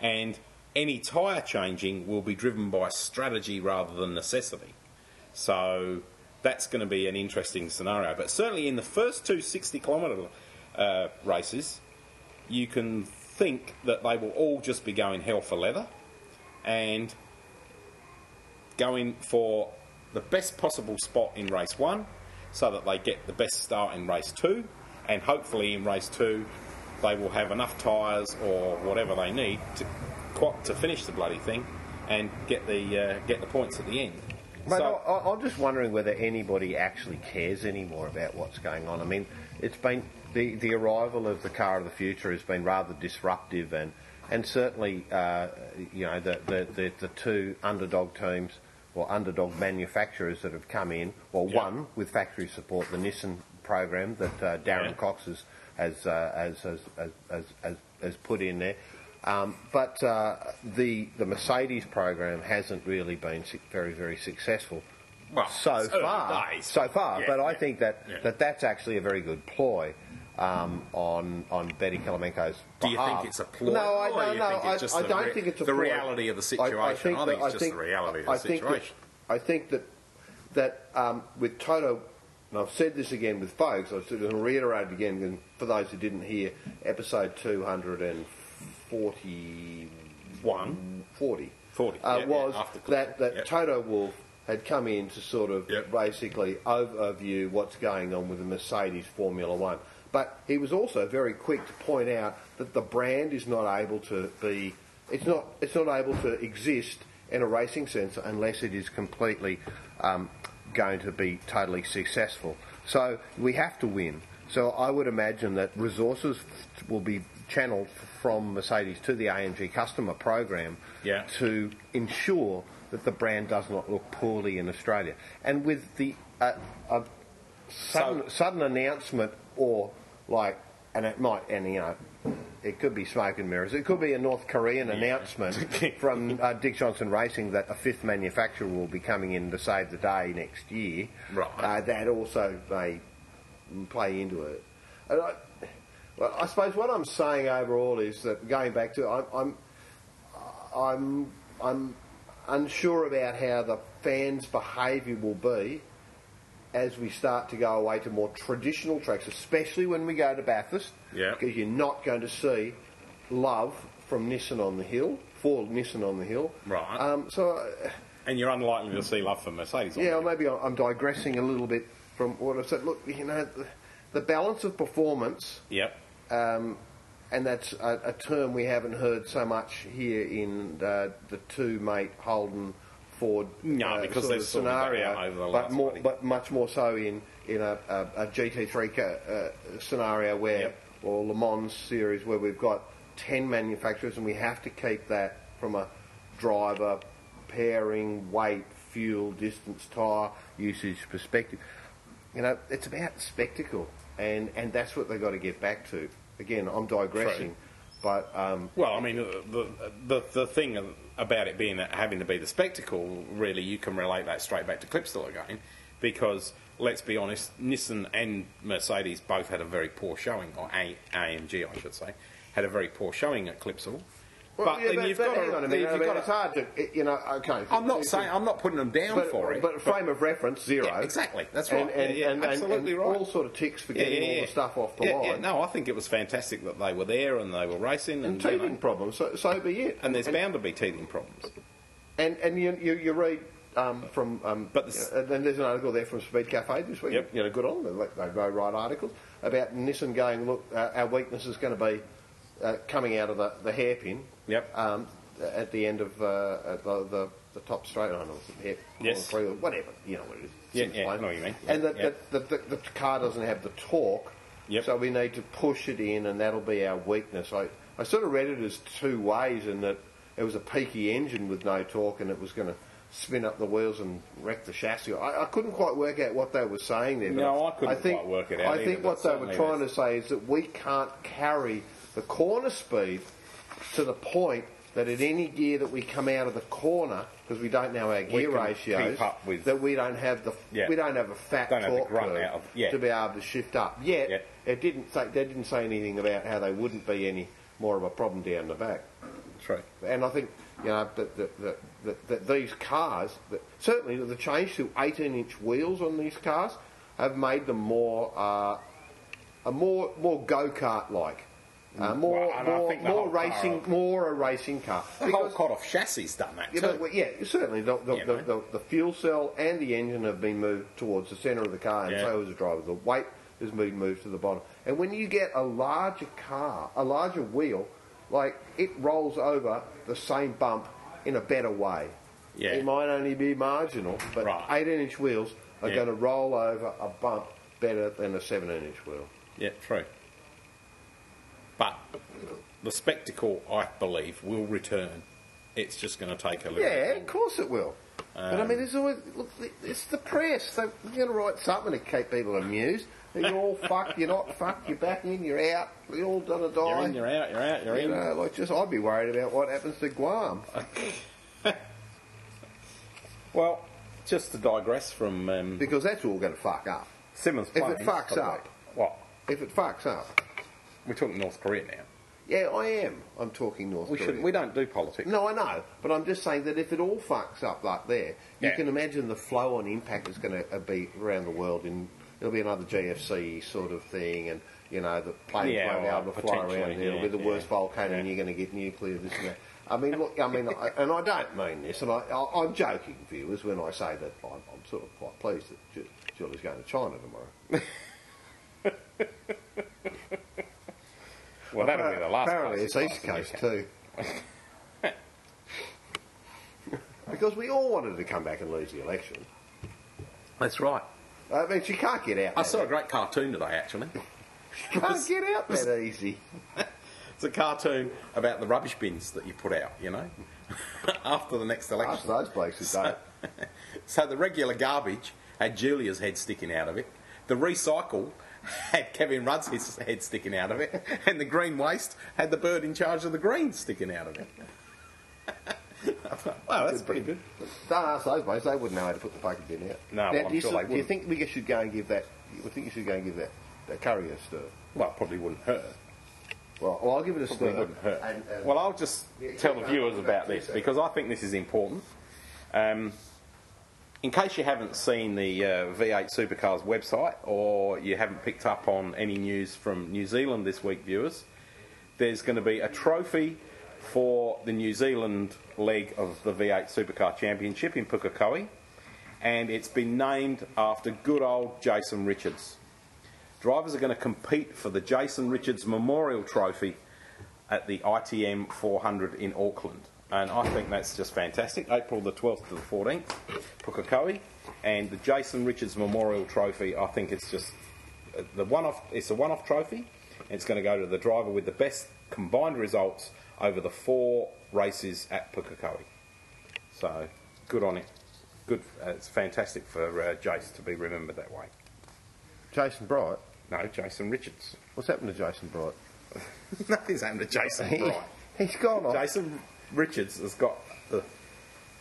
Speaker 8: and any tyre changing will be driven by strategy rather than necessity. So that's going to be an interesting scenario. But certainly in the first two 60 kilometre uh, races, you can think that they will all just be going hell for leather and going for the best possible spot in race one so that they get the best start in race two. And hopefully, in race two, they will have enough tyres or whatever they need to, qu- to finish the bloody thing and get the, uh, get the points at the end.
Speaker 6: Mate,
Speaker 8: So-
Speaker 6: I, I- I'm just wondering whether anybody actually cares anymore about what's going on. I mean, it's been the, the arrival of the car of the future has been rather disruptive, and and certainly uh, you know the, the the the two underdog teams or underdog manufacturers that have come in, well,
Speaker 8: Yeah.
Speaker 6: one with factory support, the Nissan program that uh, Darren
Speaker 8: Yeah.
Speaker 6: Cox has has, uh, has, has, has, has, has, has put in there. Um, but uh, the the Mercedes program hasn't really been su- very very successful
Speaker 8: Well,
Speaker 6: so
Speaker 8: it's early
Speaker 6: far.
Speaker 8: days.
Speaker 6: So far,
Speaker 8: Oh, Yeah,
Speaker 6: but I
Speaker 8: yeah,
Speaker 6: think that,
Speaker 8: yeah.
Speaker 6: that that's actually a very good ploy um, on on Betty Kalamenko's
Speaker 8: Do you think
Speaker 6: behalf.
Speaker 8: it's a ploy,
Speaker 6: No, I,
Speaker 8: or
Speaker 6: no,
Speaker 8: you
Speaker 6: no,
Speaker 8: think it's
Speaker 6: I,
Speaker 8: just
Speaker 6: I
Speaker 8: the
Speaker 6: don't
Speaker 8: re-
Speaker 6: think it's a
Speaker 8: the
Speaker 6: ploy.
Speaker 8: reality of the situation? I think it's just the reality of the
Speaker 6: I think that-
Speaker 8: situation.
Speaker 6: I think that that um, with Toto, and I've said this again with folks, I was going to reiterate it again and for those who didn't hear episode 241. 40.
Speaker 8: 40,
Speaker 6: Uh,
Speaker 8: yeah,
Speaker 6: was
Speaker 8: yeah, after Clifton,
Speaker 6: that, that
Speaker 8: yeah.
Speaker 6: Toto Wolf had come in to sort of
Speaker 8: Yep.
Speaker 6: basically overview what's going on with the Mercedes Formula One. But he was also very quick to point out that the brand is not able to be, it's not, it's not able to exist in a racing sense unless it is completely um, going to be totally successful. So we have to win. So I would imagine that resources f- will be channeled from Mercedes to the AMG customer program
Speaker 8: Yeah.
Speaker 6: to ensure that the brand does not look poorly in Australia. And with the uh, a sudden, sudden announcement, or like, and it might, and you know, it could be smoke and mirrors. It could be a North Korean
Speaker 8: <laughs>
Speaker 6: announcement from uh, Dick Johnson Racing that a fifth manufacturer will be coming in to save the day next year.
Speaker 8: Right.
Speaker 6: Uh, that also may play into it. And I, well, I suppose what I'm saying overall is that going back to I'm I'm I'm, I'm unsure about how the fans' behaviour will be as we start to go away to more traditional tracks, especially when we go to Bathurst,
Speaker 8: Yeah.
Speaker 6: because you're not going to see love from Nissan on the hill for Nissan on the hill.
Speaker 8: Right.
Speaker 6: Um, so. uh,
Speaker 8: And you're unlikely to see love for Mercedes. on
Speaker 6: yeah,
Speaker 8: that.
Speaker 6: well, maybe I'm I'm digressing a little bit from what I said. Look, you know, the- the balance of performance,
Speaker 8: Yep.
Speaker 6: um, and that's a, a term we haven't heard so much here in uh, the two mate Holden Ford
Speaker 8: No,
Speaker 6: uh,
Speaker 8: because
Speaker 6: sort
Speaker 8: they've
Speaker 6: of
Speaker 8: sorted that
Speaker 6: scenario,
Speaker 8: out over the
Speaker 6: but
Speaker 8: last
Speaker 6: more,
Speaker 8: bloody-
Speaker 6: but much more so in in a, a, a GT3 ca- uh, scenario where
Speaker 8: Yep.
Speaker 6: or Le Mans series where we've got ten manufacturers and we have to keep that from a driver pairing weight fuel distance tire usage perspective you know, it's about spectacle, and and that's what they got to get back to. Again, I'm digressing, but um,
Speaker 8: Well, I mean, uh, the, the, the thing about it being that having to be the spectacle, really, you can relate that straight back to Clipstal again, because let's be honest, Nissan and Mercedes both had a very poor showing, or a- AMG, I should say, had a very poor showing at Clipsal.
Speaker 6: well, yeah,
Speaker 8: gotta-
Speaker 6: hang on a
Speaker 8: you've
Speaker 6: minute. I mean,
Speaker 8: gotta-
Speaker 6: it's hard to, it- you know. Okay,
Speaker 8: I'm not saying I'm not putting them down
Speaker 6: but,
Speaker 8: for it,
Speaker 6: but frame of reference zero.
Speaker 8: Yeah, exactly. That's
Speaker 6: And,
Speaker 8: right.
Speaker 6: and,
Speaker 8: Yeah, yeah,
Speaker 6: and, and-
Speaker 8: absolutely
Speaker 6: and
Speaker 8: right.
Speaker 6: All sort of ticks for
Speaker 8: Yeah,
Speaker 6: getting
Speaker 8: yeah,
Speaker 6: all
Speaker 8: yeah.
Speaker 6: the stuff off the
Speaker 8: Yeah,
Speaker 6: line.
Speaker 8: yeah, no, I think it was fantastic that they were there and they were racing,
Speaker 6: And
Speaker 8: and, you know,
Speaker 6: teething problems. So, so be it.
Speaker 8: and there's bound to be teething problems.
Speaker 6: And and you you, you read um, from um,
Speaker 8: But
Speaker 6: but
Speaker 8: this-
Speaker 6: and then there's an article there from Speed Cafe this week.
Speaker 8: Yep.
Speaker 6: You know, good on them. They, they write articles about Nissan going. Look, uh, our weakness is going to be uh, coming out of the, the hairpin.
Speaker 8: Yep.
Speaker 6: Um, at the end of uh, at the, the the top straight. I don't know. it's a hair-
Speaker 8: Yes.
Speaker 6: or whatever. You know what it is.
Speaker 8: Yeah,
Speaker 6: It's
Speaker 8: yeah, I
Speaker 6: explained.
Speaker 8: know what you mean.
Speaker 6: And that
Speaker 8: Yeah.
Speaker 6: that the, the, the car doesn't have the torque.
Speaker 8: Yep.
Speaker 6: So we need to push it in, and that'll be our weakness. I, I sort of read it as two ways, in that it was a peaky engine with no torque, and it was going to spin up the wheels and wreck the chassis. I, I couldn't quite work out what they were saying there. but
Speaker 8: No, I couldn't quite work it out
Speaker 6: I think
Speaker 8: either,
Speaker 6: what
Speaker 8: but
Speaker 6: they were
Speaker 8: certainly
Speaker 6: trying to
Speaker 8: there's-
Speaker 6: say is that we can't carry the corner speed to the point that at any gear that we come out of the corner, because we don't know our gear
Speaker 8: can
Speaker 6: ratios,
Speaker 8: keep up with-
Speaker 6: that we don't have the
Speaker 8: Yeah.
Speaker 6: we don't have a fat
Speaker 8: Don't have the
Speaker 6: torque
Speaker 8: grunt
Speaker 6: curve
Speaker 8: out of- yeah.
Speaker 6: to be able to shift up. Yet
Speaker 8: Yeah.
Speaker 6: it didn't say, they didn't say anything about how they wouldn't be any more of a problem down the back.
Speaker 8: True.
Speaker 6: And I think you know that that, that, that, that these cars, that certainly the change to 18-inch wheels on these cars, have made them more uh, a more more go-kart like, uh, more
Speaker 8: Mm. Well, and I
Speaker 6: more,
Speaker 8: think the
Speaker 6: more
Speaker 8: whole car-
Speaker 6: racing, more a racing car.
Speaker 8: The whole cut-off chassis done that
Speaker 6: Yeah,
Speaker 8: too.
Speaker 6: but, well, yeah, certainly the, the,
Speaker 8: Yeah,
Speaker 6: the,
Speaker 8: mate.
Speaker 6: the, the fuel cell and the engine have been moved towards the centre of the car, and
Speaker 8: Yeah.
Speaker 6: so has the driver. The weight has been moved to the bottom. And when you get a larger car, a larger wheel, like it rolls over the same bump in a better way.
Speaker 8: Yeah.
Speaker 6: It might only be marginal, but
Speaker 8: Right.
Speaker 6: 18 inch wheels are
Speaker 8: Yeah.
Speaker 6: going to roll over a bump better than a 17 inch wheel.
Speaker 8: Yeah, true. But the spectacle, I believe, will return. It's just going to take a little.
Speaker 6: Yeah,
Speaker 8: bit
Speaker 6: of
Speaker 8: longer.
Speaker 6: course it will. but
Speaker 8: Um,
Speaker 6: I mean, there's always look. It's the press. They're going to write something to keep people amused. You're
Speaker 8: <laughs>
Speaker 6: all fucked. You're not fucked. You're back in. You're out. We're all gonna die.
Speaker 8: You're in, you're out, you're out, you're
Speaker 6: you
Speaker 8: in.
Speaker 6: know, like just I'd be worried about what happens to Guam.
Speaker 8: Well, just to digress from um,
Speaker 6: because that's all going to fuck up.
Speaker 8: Simmons.
Speaker 6: if it
Speaker 8: planes,
Speaker 6: fucks
Speaker 8: by the way.
Speaker 6: up.
Speaker 8: what?
Speaker 6: If it fucks up.
Speaker 8: We're talking North Korea now.
Speaker 6: Yeah, I am. I'm talking North
Speaker 8: We
Speaker 6: Korea.
Speaker 8: should. We don't do politics.
Speaker 6: No, I know, but I'm just saying that if it all fucks up like there, you
Speaker 8: Yeah.
Speaker 6: can imagine the flow and impact is going to be around the world. In it'll be another GFC sort of thing, and you know the planes
Speaker 8: Yeah,
Speaker 6: won't be
Speaker 8: well,
Speaker 6: able to fly around there.
Speaker 8: potentially,
Speaker 6: It'll
Speaker 8: yeah,
Speaker 6: be the worst
Speaker 8: yeah,
Speaker 6: volcano, and
Speaker 8: yeah.
Speaker 6: you're going to get nuclear. This and that. I mean, look, I mean, I, and I don't mean this, and I, I, I'm joking, viewers, when I say that I'm, I'm sort of quite pleased that Ju- Julie's going to China tomorrow.
Speaker 8: Well, that'll be the last.
Speaker 6: Apparently,
Speaker 8: place
Speaker 6: it's
Speaker 8: it
Speaker 6: East
Speaker 8: passes,
Speaker 6: Coast
Speaker 8: yeah.
Speaker 6: too. <laughs> because we all wanted to come back and lose the election.
Speaker 8: That's right.
Speaker 6: I mean, she can't get out.
Speaker 8: I
Speaker 6: that-
Speaker 8: saw a great cartoon today. Actually,
Speaker 6: She can't get out that
Speaker 8: <laughs>
Speaker 6: easy.
Speaker 8: it's a cartoon about the rubbish bins that you put out. You know, <laughs> after the next election.
Speaker 6: After those blokes who don't.
Speaker 8: so the regular garbage had Julia's head sticking out of it. The recycle had Kevin Rudd's his head sticking out of it, <laughs> and the green waste had the bird in charge of the greens sticking out of it. <laughs> I thought, wow, that's pretty good.
Speaker 6: Don't ask those blokes; they wouldn't know how to put the fucking bin out.
Speaker 8: No, well,
Speaker 6: now,
Speaker 8: I'm
Speaker 6: do you,
Speaker 8: sure
Speaker 6: sort-
Speaker 8: they
Speaker 6: do you
Speaker 8: wouldn't.
Speaker 6: think we should go and give that? You think you should go and give that, that curry a stir?
Speaker 8: Well, it probably wouldn't hurt.
Speaker 6: Well, well, I'll give it a
Speaker 8: Probably
Speaker 6: stir.
Speaker 8: wouldn't hurt.
Speaker 6: And, uh,
Speaker 8: well, I'll just
Speaker 6: Yeah,
Speaker 8: tell the
Speaker 6: yeah,
Speaker 8: viewers
Speaker 6: yeah,
Speaker 8: about
Speaker 6: yeah,
Speaker 8: this
Speaker 6: yeah.
Speaker 8: because I think this is important. Um, in case you haven't seen the uh, V8 Supercars website or you haven't picked up on any news from New Zealand this week, viewers, there's going to be a trophy for the New Zealand leg of the V8 Supercar Championship in Pukekohe, and it's been named after good old Jason Richards. Drivers are going to compete for the Jason Richards Memorial Trophy at the ITM 400 in Auckland. And I think that's just fantastic. April the 12th to the 14th, Pukekohe. And the Jason Richards Memorial Trophy, I think it's just uh, the one-off. It's a one-off trophy. It's going to go to the driver with the best combined results over the four races at Pukekohe. So good on it. Good. Uh, it's fantastic for uh, Jace to be remembered that way.
Speaker 6: Jason Bright.
Speaker 8: No, Jason Richards.
Speaker 6: What's happened to Jason Bright?
Speaker 8: <laughs> Nothing's happened to <laughs> Jason Bright.
Speaker 6: He's gone off.
Speaker 8: Jason Richards has got the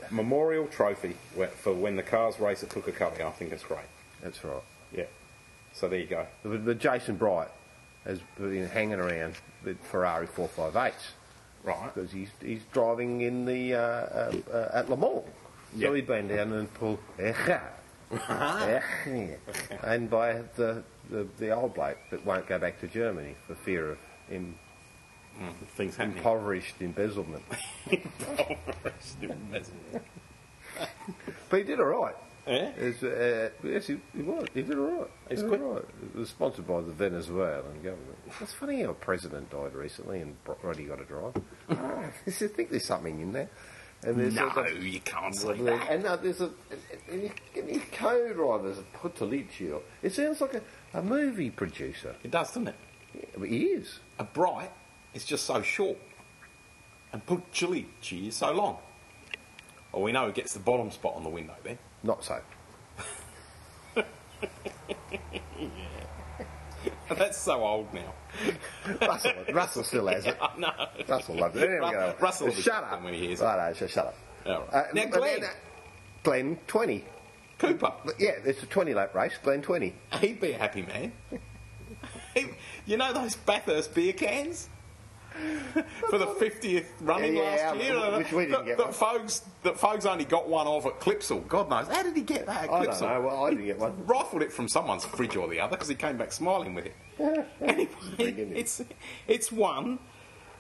Speaker 8: memorial trophy where- for when the cars race at Pukekohe. I think it's great.
Speaker 6: That's right.
Speaker 8: Yeah. So there you go.
Speaker 6: But, but Jason Bright has been hanging around with Ferrari 458s.
Speaker 8: Right.
Speaker 6: because he's he's driving in the uh, uh, uh, at Le Mans. So
Speaker 8: Yeah.
Speaker 6: he'd been down and pulled eh, Echa.
Speaker 8: Ah.
Speaker 6: Uh-huh. Echa. and by the, the the old bloke that won't go back to Germany for fear of im-
Speaker 8: Things happening. <laughs>
Speaker 6: impoverished embezzlement. but he did all right.
Speaker 8: Yeah.
Speaker 6: It's, uh, yes, he, he was. He did all right. He
Speaker 8: He's
Speaker 6: did
Speaker 8: quick.
Speaker 6: all right. It was sponsored by the Venezuelan government. It's funny how a president died recently and Bro- Roddy got a drive. <laughs> Ah, I think there's something in there. And there's a-
Speaker 8: you can't say
Speaker 6: there's- and now there's a and you- and you co-drivers Puttaliccio. It sounds like a, a movie producer.
Speaker 8: It does, doesn't it?
Speaker 6: He is.
Speaker 8: A bright is just so short. and Pucciolici is so long. Well, we know he gets the bottom spot on the window then.
Speaker 6: Not so.
Speaker 8: But that's so old now. <laughs>
Speaker 6: Russell, Russell still has it.
Speaker 8: I know.
Speaker 6: Russell loves it. Anyway,
Speaker 8: Ru-
Speaker 6: go.
Speaker 8: Russell will be
Speaker 6: shut
Speaker 8: shot
Speaker 6: up
Speaker 8: when he hears it.
Speaker 6: Right, so shut up. Uh,
Speaker 8: All right. Now, Glenn.
Speaker 6: Glenn twenty.
Speaker 8: Cooper,
Speaker 6: Yeah, it's a twenty lap race. Glenn twenty.
Speaker 8: he'd be a happy man. He- you know those Bathurst beer cans? For the 50th running
Speaker 6: Yeah, yeah,
Speaker 8: last year?
Speaker 6: yeah, which we didn't
Speaker 8: that,
Speaker 6: get
Speaker 8: that
Speaker 6: one.
Speaker 8: Fogues, that Fogues only got one of at Clipsal. God knows. How did he get that at
Speaker 6: I
Speaker 8: Clipsal?
Speaker 6: don't know. Well, I didn't get one.
Speaker 8: rifled it from someone's fridge or the other because he came back smiling
Speaker 6: <laughs>
Speaker 8: with it. anyway,
Speaker 6: Brilliant.
Speaker 8: it's, it's won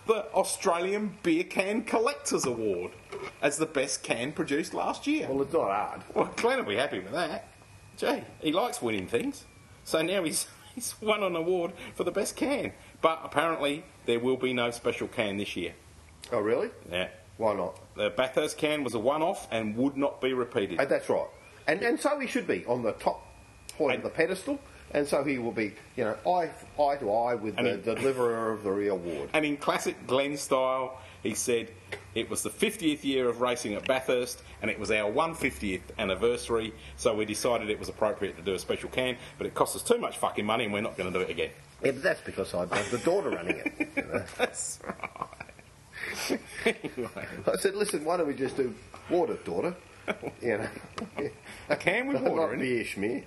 Speaker 8: the Australian Beer Can Collectors Award as the best can produced last year.
Speaker 6: Well,
Speaker 8: Well,
Speaker 6: it's not hard.
Speaker 8: Glenn will be happy with that. Gee, he likes winning things. So now he's, <laughs> he's won an award for the best can. But apparently, there will be no special can this year.
Speaker 6: Oh, really?
Speaker 8: Yeah.
Speaker 6: Why not?
Speaker 8: The Bathurst can was a one off and would not be repeated.
Speaker 6: Uh, that's right. And and so he should be on the top point of the pedestal. And so he will be, you know, eye, eye to eye with
Speaker 8: I
Speaker 6: the <laughs>
Speaker 8: mean-
Speaker 6: deliverer of the reward.
Speaker 8: And in classic Glenn style, he said, It was the 50th year of racing at Bathurst, and it was our 150th anniversary, so we decided it was appropriate to do a special can, but it cost us too much fucking money, and we're not going to do it again. <laughs>
Speaker 6: Yeah, but that's because I have the daughter running it. you know.
Speaker 8: That's right. anyway,
Speaker 6: <laughs> I said, listen, why don't we just do water,
Speaker 8: <laughs>
Speaker 6: daughter? You know,
Speaker 8: a can with water
Speaker 6: not
Speaker 8: in it.
Speaker 6: the Ishmael.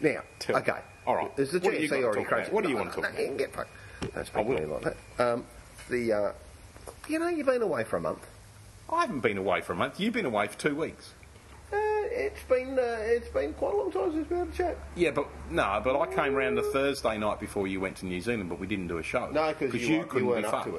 Speaker 6: Now,
Speaker 8: Tell-
Speaker 6: okay,
Speaker 8: all right.
Speaker 6: Is the
Speaker 8: What do you
Speaker 6: GSC
Speaker 8: got to
Speaker 6: already
Speaker 8: talk about?
Speaker 6: crazy?
Speaker 8: What do you want to
Speaker 6: no,
Speaker 8: talk
Speaker 6: no, you can get fucked. Don't speak
Speaker 8: I will.
Speaker 6: to me like that. Um, the, uh, you know, you've been away for a month.
Speaker 8: I haven't been away for a month. You've been away for two weeks.
Speaker 6: Uh, it's been uh, it's been quite a long time since we had a chat.
Speaker 8: Yeah, but no, but I came round the Thursday night before you went to New Zealand, but we didn't do a show.
Speaker 6: No, because you, weren't- you
Speaker 8: couldn't
Speaker 6: weren't
Speaker 8: be
Speaker 6: up
Speaker 8: fucked.
Speaker 6: to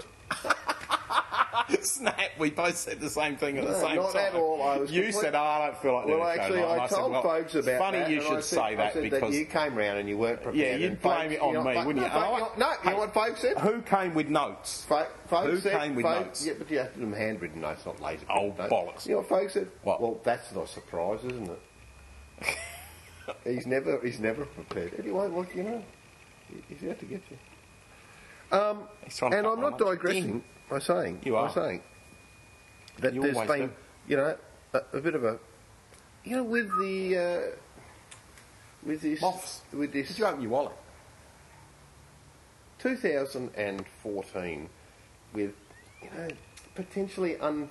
Speaker 6: it.
Speaker 8: <laughs> Snap, we both said the same thing at
Speaker 6: No,
Speaker 8: the same
Speaker 6: Uh, not
Speaker 8: time.
Speaker 6: at all. I was
Speaker 8: you
Speaker 6: complete-
Speaker 8: said, oh, I don't feel like doing
Speaker 6: Well,
Speaker 8: a show
Speaker 6: actually,
Speaker 8: tonight." And
Speaker 6: I
Speaker 8: said,
Speaker 6: told
Speaker 8: "Well,
Speaker 6: folks about
Speaker 8: funny
Speaker 6: that.
Speaker 8: you
Speaker 6: and
Speaker 8: should
Speaker 6: I
Speaker 8: say
Speaker 6: said- I
Speaker 8: that
Speaker 6: said
Speaker 8: because
Speaker 6: you came round and you weren't prepared.
Speaker 8: you'd
Speaker 6: and
Speaker 8: blame
Speaker 6: folks-
Speaker 8: it on
Speaker 6: you know,
Speaker 8: me,
Speaker 6: fo-
Speaker 8: wouldn't
Speaker 6: no,
Speaker 8: you? And
Speaker 6: folks-
Speaker 8: I-
Speaker 6: No, you know what folks said?
Speaker 8: who came with notes?
Speaker 6: Fo- folks
Speaker 8: Who
Speaker 6: said,
Speaker 8: came with
Speaker 6: folks-
Speaker 8: notes?
Speaker 6: Yeah, but you have to do them handwritten notes, not laser.
Speaker 8: Oh,
Speaker 6: notes.
Speaker 8: bollocks.
Speaker 6: You know what folks said?
Speaker 8: What?
Speaker 6: Well, that's not a surprise, isn't it?
Speaker 8: <laughs>
Speaker 6: he's never he's never prepared. Anyway, well, you know, he- he's out to get you.
Speaker 8: He's trying to
Speaker 6: And
Speaker 8: cut
Speaker 6: I'm
Speaker 8: my
Speaker 6: not
Speaker 8: lunch.
Speaker 6: digressing by saying,
Speaker 8: You
Speaker 6: by
Speaker 8: are.
Speaker 6: saying that
Speaker 8: You
Speaker 6: there's
Speaker 8: always
Speaker 6: been,
Speaker 8: do.
Speaker 6: you know, a, a bit of a, you know, with the, uh, with this,
Speaker 8: Moths.
Speaker 6: with
Speaker 8: Did
Speaker 6: this
Speaker 8: you open your wallet?
Speaker 6: 2014, with, you know, potentially un.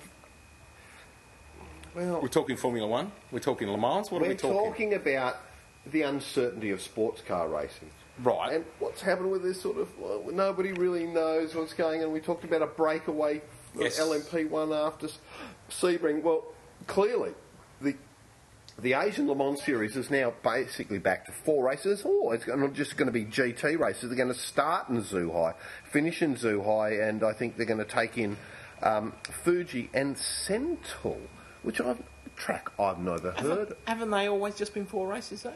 Speaker 6: Well,
Speaker 8: We're talking Formula One. We're talking Le Mans. What are
Speaker 6: we're
Speaker 8: we talking?
Speaker 6: talking about the uncertainty of sports car racing.
Speaker 8: Right.
Speaker 6: And what's happened with this sort of well, nobody really knows what's going on. We talked about a breakaway for
Speaker 8: Yes.
Speaker 6: LMP1 after S- Sebring. Well, clearly the the Asian Le Mans series is now basically back to four races, or it's not just going to be GT races. They're going to start in Zhuhai, finish in Zhuhai, and I think they're going to take in um, Fuji and Sentul, which I've a track I've never heard. of.
Speaker 8: Haven't they always just been four races, though?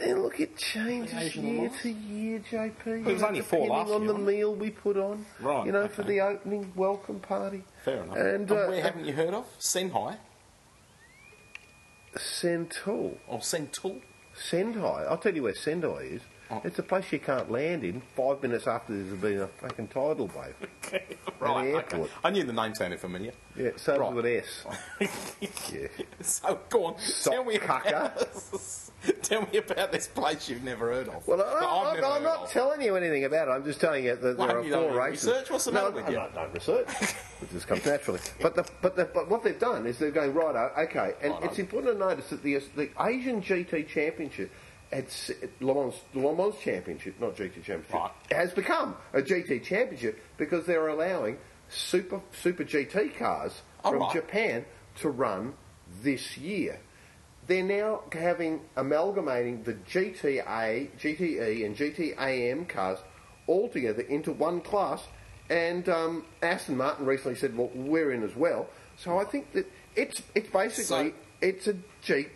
Speaker 6: And look, it changes
Speaker 8: Asian Le
Speaker 6: year
Speaker 8: Mans?
Speaker 6: to year, JP. It
Speaker 8: was only four last
Speaker 6: on
Speaker 8: year,
Speaker 6: the
Speaker 8: wasn't
Speaker 6: meal we put on,
Speaker 8: Right,
Speaker 6: You know, for
Speaker 8: okay.
Speaker 6: the opening welcome party.
Speaker 8: Fair enough.
Speaker 6: And, uh,
Speaker 8: where haven't you heard of? Senhai
Speaker 6: Sentul,
Speaker 8: or Sentul?
Speaker 6: Sendai. I'll tell you where Sendai is.
Speaker 8: Oh.
Speaker 6: It's a place you can't land in five minutes after there's been a fucking tidal wave.
Speaker 8: Right. Okay.
Speaker 6: airport.
Speaker 8: I knew the name sounded familiar.
Speaker 6: Yeah, so
Speaker 8: Right.
Speaker 6: with S. Yeah.
Speaker 8: <laughs> So go on,
Speaker 6: Sock
Speaker 8: tell me about
Speaker 6: cucker.
Speaker 8: this. <laughs> Tell me about this place you've never heard of.
Speaker 6: Well,
Speaker 8: That
Speaker 6: I, am
Speaker 8: never heard
Speaker 6: not
Speaker 8: of.
Speaker 6: telling you anything about it. I'm just telling you that
Speaker 8: Why
Speaker 6: there are
Speaker 8: haven't you
Speaker 6: four
Speaker 8: done any
Speaker 6: races.
Speaker 8: research? What's the
Speaker 6: no,
Speaker 8: matter with you?
Speaker 6: No, no, no
Speaker 8: <laughs>
Speaker 6: research. it just comes naturally. But the, but the, but what they've done is they're going right. uh, Okay, and
Speaker 8: Righto.
Speaker 6: it's important to notice that the the Asian GT Championship. At s- at Le Mans, the Le Mans Championship, not GT Championship,
Speaker 8: Right.
Speaker 6: has become a GT Championship because they're allowing super super GT cars
Speaker 8: Oh,
Speaker 6: from
Speaker 8: right.
Speaker 6: Japan to run this year. They're now having amalgamating the GTA, GTE, E and GTAM cars all together into one class. And um, Aston Martin recently said, "Well, we're in as well." So I think that it's it's basically
Speaker 8: So-
Speaker 6: it's a G,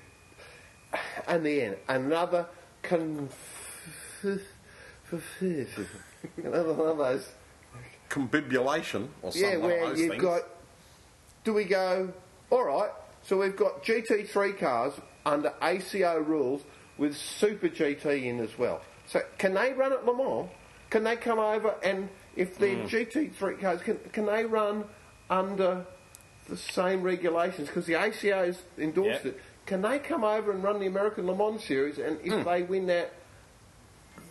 Speaker 6: and then another con. <laughs> another one of those
Speaker 8: combibulation or something.
Speaker 6: yeah,
Speaker 8: one of
Speaker 6: where
Speaker 8: those
Speaker 6: you've
Speaker 8: things.
Speaker 6: got. Do we go? All right. So we've got GT3 cars under ACO rules with Super GT in as well. So can they run at Le Mans? Can they come over and If the
Speaker 8: Hmm.
Speaker 6: GT3 cars can can they run under the same regulations because the ACO's endorsed
Speaker 8: Yeah.
Speaker 6: it? Can they come over and run the American Le Mans series? And
Speaker 8: Hmm.
Speaker 6: if they win that,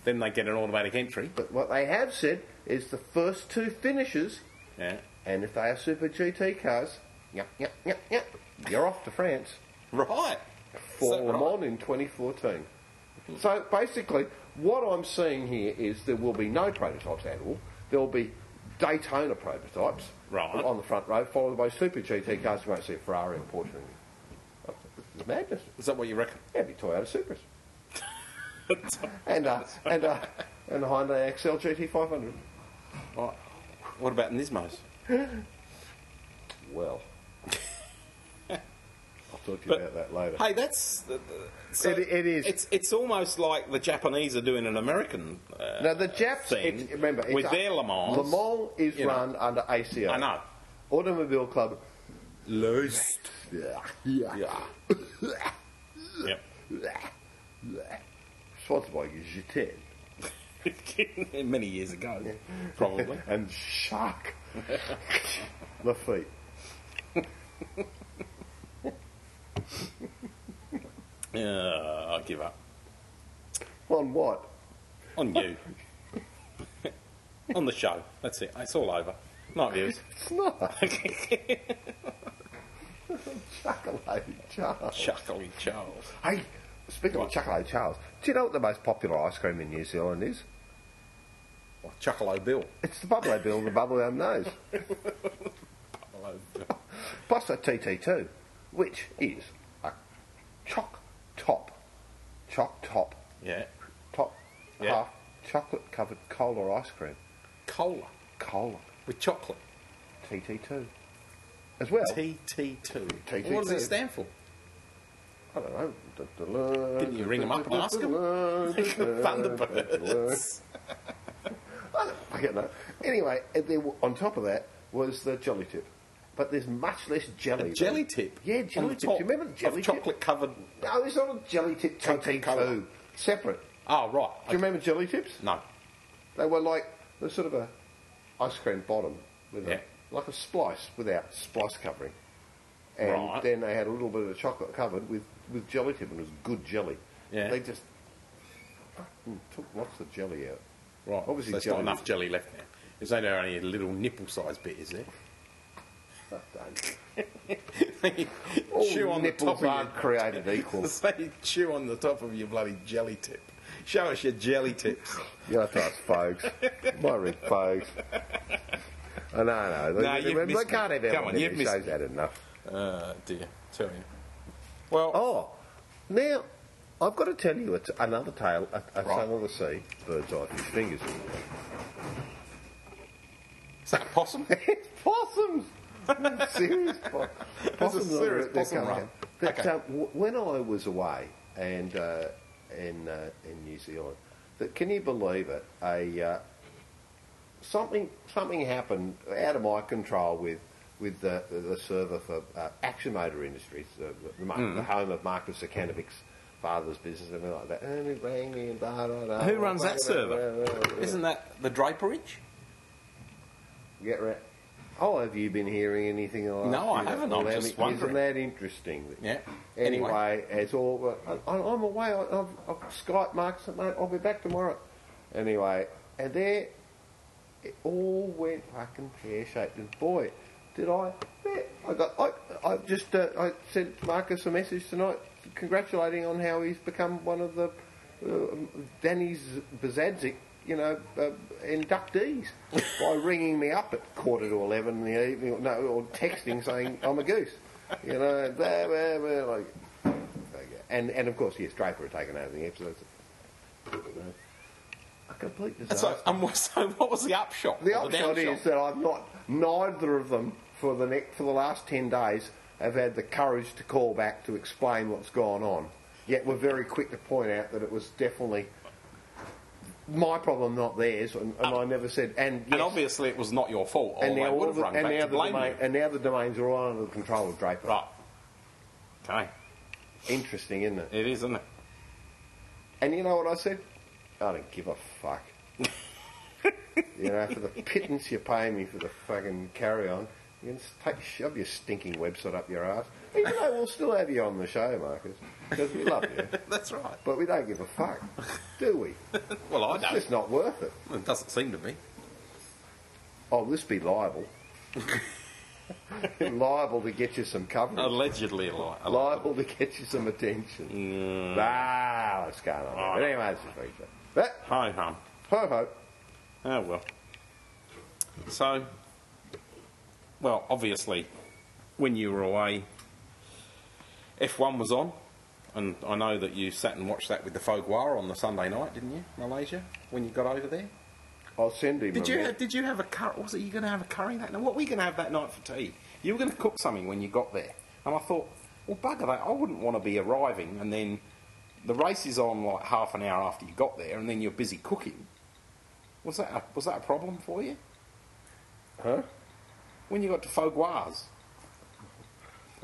Speaker 8: Then they get an automatic entry.
Speaker 6: but what they have said is the first two finishes,
Speaker 8: Yeah.
Speaker 6: and if they are Super GT cars, yep, yep, yep, yep, you're off to France.
Speaker 8: Right.
Speaker 6: for
Speaker 8: So- Mm-hmm.
Speaker 6: Le Mans in 2014. So basically, what I'm seeing here is there will be no prototypes at all. There will be Daytona prototypes
Speaker 8: Right.
Speaker 6: on the front row, followed by Super GT cars. You won't see a Ferrari and Porsche. and- It's madness.
Speaker 8: Is that what you reckon? <laughs>
Speaker 6: Yeah, it'd be Toyota Supras. and
Speaker 8: <laughs>
Speaker 6: uh, and uh, and a Hyundai XL GT500.
Speaker 8: Right. What about Nismos? <laughs>
Speaker 6: Well, I'll talk to you
Speaker 8: But-
Speaker 6: about that later.
Speaker 8: Hey, that's. The, the, so
Speaker 6: It- it is.
Speaker 8: It's, it's almost like the Japanese are doing an American. Uh,
Speaker 6: now the Japs,
Speaker 8: thing
Speaker 6: it's, remember, it's
Speaker 8: with
Speaker 6: a-
Speaker 8: their Le Mans.
Speaker 6: Le Mans is
Speaker 8: you know.
Speaker 6: run under ACO.
Speaker 8: I know.
Speaker 6: Automobile Club. Lost. Yeah.
Speaker 8: Yep.
Speaker 6: Sponsored by Gitan.
Speaker 8: <laughs> Many years ago, probably.
Speaker 6: <laughs>
Speaker 8: <laughs>
Speaker 6: And Shark. <laughs> Lafitte.
Speaker 8: Uh, I give up
Speaker 6: On what?
Speaker 8: on you, on the show. That's it. It's all over. Night <laughs> views.
Speaker 6: It's not. <laughs> Chocolate Charles.
Speaker 8: Chuckly Charles.
Speaker 6: Hey, speaking of Chocolate Charles, do you know what the most popular ice cream in New Zealand is?
Speaker 8: Or Chuckalo Bill.
Speaker 6: It's the Bubbly Bill, the Bubbly Home Nose. Plus a TT2, which is a choc top, choc top,
Speaker 8: Yeah.
Speaker 6: top
Speaker 8: Yeah.
Speaker 6: half chocolate covered cola ice cream.
Speaker 8: Cola
Speaker 6: Cola.
Speaker 8: with chocolate.
Speaker 6: TT2. As well. I
Speaker 8: TT2.
Speaker 6: TT2.
Speaker 8: What does it stand for?
Speaker 6: I don't know. Da-da-da.
Speaker 8: Didn't you ring 'em up and ask 'em? <laughs> <laughs> Thunderbirds.
Speaker 6: I don't fucking know. Anyway, and there, wa- on top of that was the jelly tip. But there's much less jelly. than-
Speaker 8: jelly tip.
Speaker 6: Yeah, jelly
Speaker 8: On
Speaker 6: tip. Do
Speaker 8: top
Speaker 6: you remember the
Speaker 8: of
Speaker 6: jelly tip?
Speaker 8: chocolate covered-
Speaker 6: No, it's not a jelly tip TT2.
Speaker 8: colour.
Speaker 6: Separate.
Speaker 8: Oh right.
Speaker 6: Do you remember jelly tips?
Speaker 8: No.
Speaker 6: They were like they're sort of a ice cream bottom with
Speaker 8: Yeah.
Speaker 6: a like a splice without splice covering. And
Speaker 8: Right.
Speaker 6: then they had a little bit of chocolate covered with, with jelly tip and it was good jelly.
Speaker 8: Yeah.
Speaker 6: They just fucking took lots of jelly out.
Speaker 8: Right.
Speaker 6: Obviously
Speaker 8: Obviously, there's
Speaker 6: jelly.
Speaker 8: not enough jelly left now. There's only only a little nipple-sized bit, is there?
Speaker 6: <laughs> All
Speaker 8: chew on the
Speaker 6: nipples
Speaker 8: top of
Speaker 6: aren't created equal.
Speaker 8: <laughs> your, say chew on the top of your bloody jelly tip. Show us your jelly tips.
Speaker 6: You have to ask
Speaker 8: <laughs>
Speaker 6: folks. My rig folks. Oh, no, no. They,
Speaker 8: No,
Speaker 6: they-
Speaker 8: you've
Speaker 6: they
Speaker 8: missed
Speaker 6: can't
Speaker 8: me.
Speaker 6: have everyone
Speaker 8: Come on,
Speaker 6: in
Speaker 8: you've
Speaker 6: it.
Speaker 8: missed
Speaker 6: Shows
Speaker 8: me.
Speaker 6: had enough.
Speaker 8: Uh, dear, tell you. Well,
Speaker 6: Oh, now I've got to tell you it's another tale, a, a
Speaker 8: Right.
Speaker 6: song of the sea, bird's eye fish fingers.
Speaker 8: is that a possum?
Speaker 6: It's
Speaker 8: <laughs>
Speaker 6: possums. <laughs> serious po-
Speaker 8: That's a
Speaker 6: possums. are-
Speaker 8: serious
Speaker 6: they're
Speaker 8: possum
Speaker 6: coming
Speaker 8: run.
Speaker 6: out. But,
Speaker 8: Okay.
Speaker 6: um, w- when I was away and uh, in uh, in New Zealand, that can you believe it? A uh, something something happened out of my control with with the, the server for uh, Action Motor Industries, the, the, mar-
Speaker 8: Mm-hmm.
Speaker 6: the home of Marcus Sakanovic's father's business and everything like that. And he rang me and blah, blah, blah,
Speaker 8: Who runs that
Speaker 6: blah, blah, blah,
Speaker 8: server?
Speaker 6: blah, blah, blah.
Speaker 8: Isn't that the draperage?
Speaker 6: Get right. Oh, have you been hearing anything like
Speaker 8: No, I haven't. I'm just
Speaker 6: Isn't
Speaker 8: wondering.
Speaker 6: that interesting?
Speaker 8: Yeah.
Speaker 6: Anyway,
Speaker 8: Anyway.
Speaker 6: it's all. I, I'm away. I, I've, I've Skype Marcus, mate. I'll be back tomorrow. Anyway, and there, it all went fucking pear shaped. And boy, did I. I got. I, I just. Uh, I sent Marcus a message tonight, congratulating on how he's become one of the uh, Danny's Bazadzik, you know, uh, inductees by ringing me up at quarter to eleven in the evening, or, no, or texting saying I'm a goose, you know, blah, blah, blah, like, and and of course, yes, Draper had taken over the episode. It's a- A complete disaster.
Speaker 8: So, um, what- so what was the upshot?
Speaker 6: The
Speaker 8: Or
Speaker 6: upshot
Speaker 8: downshot?
Speaker 6: is that I've not neither of them for the next, for the last ten days have had the courage to call back to explain what's gone on. Yet we're very quick to point out that it was definitely my problem, not theirs, and, and I never said. And, yes,
Speaker 8: and obviously it was not your fault. Or
Speaker 6: and
Speaker 8: they
Speaker 6: now,
Speaker 8: would
Speaker 6: all
Speaker 8: have
Speaker 6: the,
Speaker 8: run
Speaker 6: and,
Speaker 8: back
Speaker 6: now
Speaker 8: to
Speaker 6: the
Speaker 8: blame
Speaker 6: domain,
Speaker 8: you.
Speaker 6: and now the domains are all under the control of Draper.
Speaker 8: Right. Okay.
Speaker 6: Interesting, isn't it?
Speaker 8: It is, isn't it?
Speaker 6: And you know what I said? I don't give a fuck. <laughs> you know, for the pittance you pay me for the fucking carry on, you can s- take shove your stinking website up your ass. And you know, we'll still have you on the show, Marcus, because we love you,
Speaker 8: That's right.
Speaker 6: but we don't give a fuck, do we?
Speaker 8: Well, I
Speaker 6: It's
Speaker 8: don't.
Speaker 6: just not worth it.
Speaker 8: It doesn't seem to <laughs> me.
Speaker 6: Oh, this be liable. <laughs> liable to get you some coverage.
Speaker 8: Allegedly a lie.
Speaker 6: liable to get you some attention. Ah, what's going on? there? But anyway, it's a feature. But
Speaker 8: Hi hum.
Speaker 6: ho ho.
Speaker 8: Oh well. So, well, obviously, when you were away, F1 was on, and I know that you sat and watched that with the Foguar on the Sunday night, didn't you, Malaysia? When you got over there,
Speaker 6: I'll send him.
Speaker 8: did
Speaker 6: a
Speaker 8: you
Speaker 6: message.
Speaker 8: have, did you have a curry? Was it you going to have a curry that night? What were you going to have that night for tea? You were going to cook something when you got there, and I thought, well, bugger that! I wouldn't want to be arriving and then the race is on like half an hour after you got there, and then you're busy cooking. Was that a, was that a problem for you?
Speaker 6: Huh?
Speaker 8: when you got to Foguars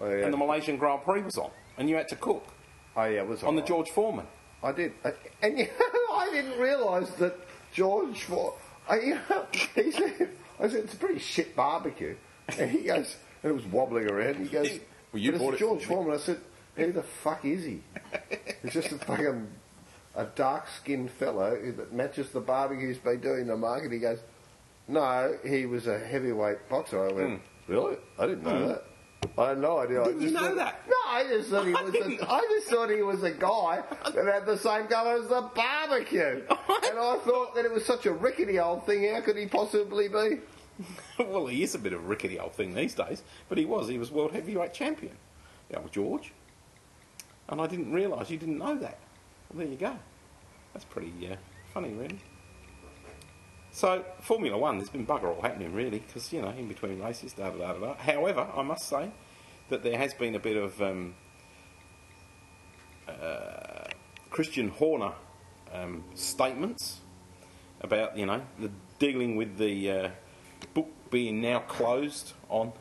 Speaker 6: Oh, yeah.
Speaker 8: and the Malaysian Grand Prix was on, and you had to cook
Speaker 6: oh, yeah, it was
Speaker 8: on the
Speaker 6: alright.
Speaker 8: George Foreman.
Speaker 6: I did, I, and <laughs> you know, I didn't realise that George. For I, you know, <laughs> he said, "I said it's a pretty shit barbecue," and he goes, and it was wobbling around. He goes,
Speaker 8: Well, you
Speaker 6: "But it's
Speaker 8: bought it
Speaker 6: George
Speaker 8: for me."
Speaker 6: Foreman." I said, "Who the fuck is he?" It's just a fucking a dark-skinned fellow who- that matches the barbecue he's been doing in the market. He goes, "No, he was a heavyweight boxer." I went,
Speaker 8: Hmm.
Speaker 6: "Really? I didn't know that." I had no idea.
Speaker 8: Didn't
Speaker 6: I
Speaker 8: you
Speaker 6: just
Speaker 8: know
Speaker 6: thought-
Speaker 8: that?
Speaker 6: No, I just thought he
Speaker 8: I
Speaker 6: was.
Speaker 8: didn't.
Speaker 6: A, I just thought he was a guy that had the same colour as the barbecue, and I thought that it was such a rickety old thing. How could he possibly be?
Speaker 8: <laughs> well, he is a bit of a rickety old thing these days, but he was. He was world heavyweight champion, the old George. And I didn't realise you didn't know that. Well, there you go. That's pretty uh, funny, really. So, Formula One, there's been bugger all happening, really, because, you know, in between races, da da da da da. However, I must say that there has been a bit of um, uh, Christian Horner um, statements about you know the dealing with the uh, book being now closed on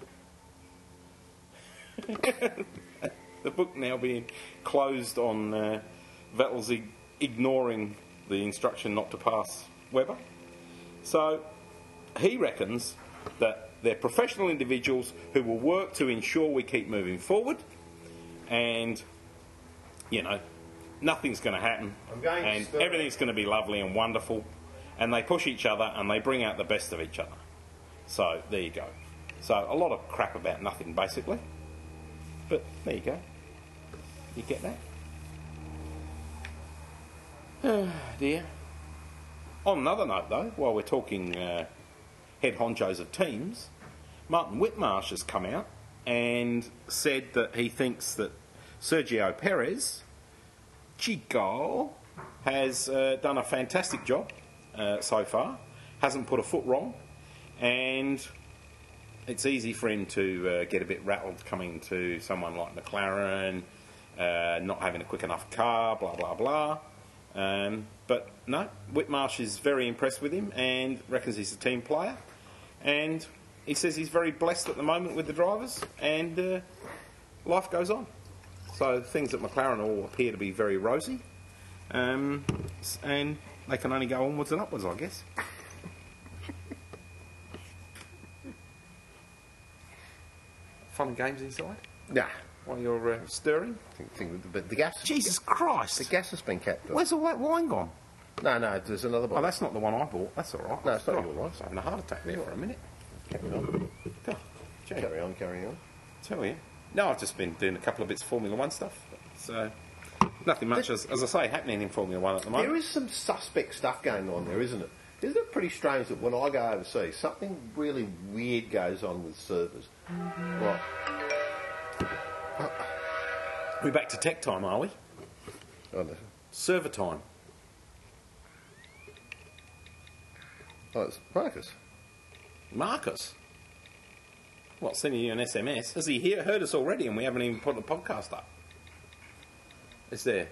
Speaker 8: <laughs> the book now being closed on uh, Vettel's ig- ignoring the instruction not to pass Weber. So he reckons that they're professional individuals who will work to ensure we keep moving forward, and you know nothing's going to happen,
Speaker 6: I'm going to
Speaker 8: and
Speaker 6: stir-
Speaker 8: everything's going to be lovely and wonderful, and they push each other and they bring out the best of each other. So there you go. So a lot of crap about nothing, basically. But there you go. You get that? Ah, <sighs> dear. On another note, though, while we're talking uh, head honchos of teams, Martin Whitmarsh has come out and said that he thinks that Sergio Perez, Chico, has uh, done a fantastic job uh, so far, hasn't put a foot wrong, and it's easy for him to uh, get a bit rattled coming to someone like McLaren, uh, not having a quick enough car, blah blah blah. Um, but no, Whitmarsh is very impressed with him and reckons he's a team player. And he says he's very blessed at the moment with the drivers, and uh, life goes on. So things at McLaren all appear to be very rosy, um, s- and they can only go onwards and upwards, I guess. Fun and games inside
Speaker 6: Nah,
Speaker 8: while you're uh, stirring.
Speaker 6: I think, think the, but the gas.
Speaker 8: Jesus
Speaker 6: The
Speaker 8: Christ!
Speaker 6: gas has been capped. off.
Speaker 8: Where's all that wine gone?
Speaker 6: No, no, there's another
Speaker 8: Oh,
Speaker 6: one.
Speaker 8: that's not the one I bought. That's all right.
Speaker 6: No, it's not
Speaker 8: God,
Speaker 6: your one.
Speaker 8: I was having a heart attack there for a minute.
Speaker 6: carry on,
Speaker 8: God, gee,
Speaker 6: carry on, carry on.
Speaker 8: tell you. No, I've just been doing a couple of bits of Formula One stuff. So nothing much, as, as I say, happening in Formula One at the moment.
Speaker 6: There is some suspect stuff going on there, isn't it? Isn't it pretty strange that when I go overseas, something really weird goes on with servers? Right.
Speaker 8: We're back to tech time, are we?
Speaker 6: Oh, no.
Speaker 8: Server time.
Speaker 6: oh it's Marcus.
Speaker 8: Marcus. What, sending you an SMS? Has he hear, heard us already and we haven't even put the podcast up? It's there.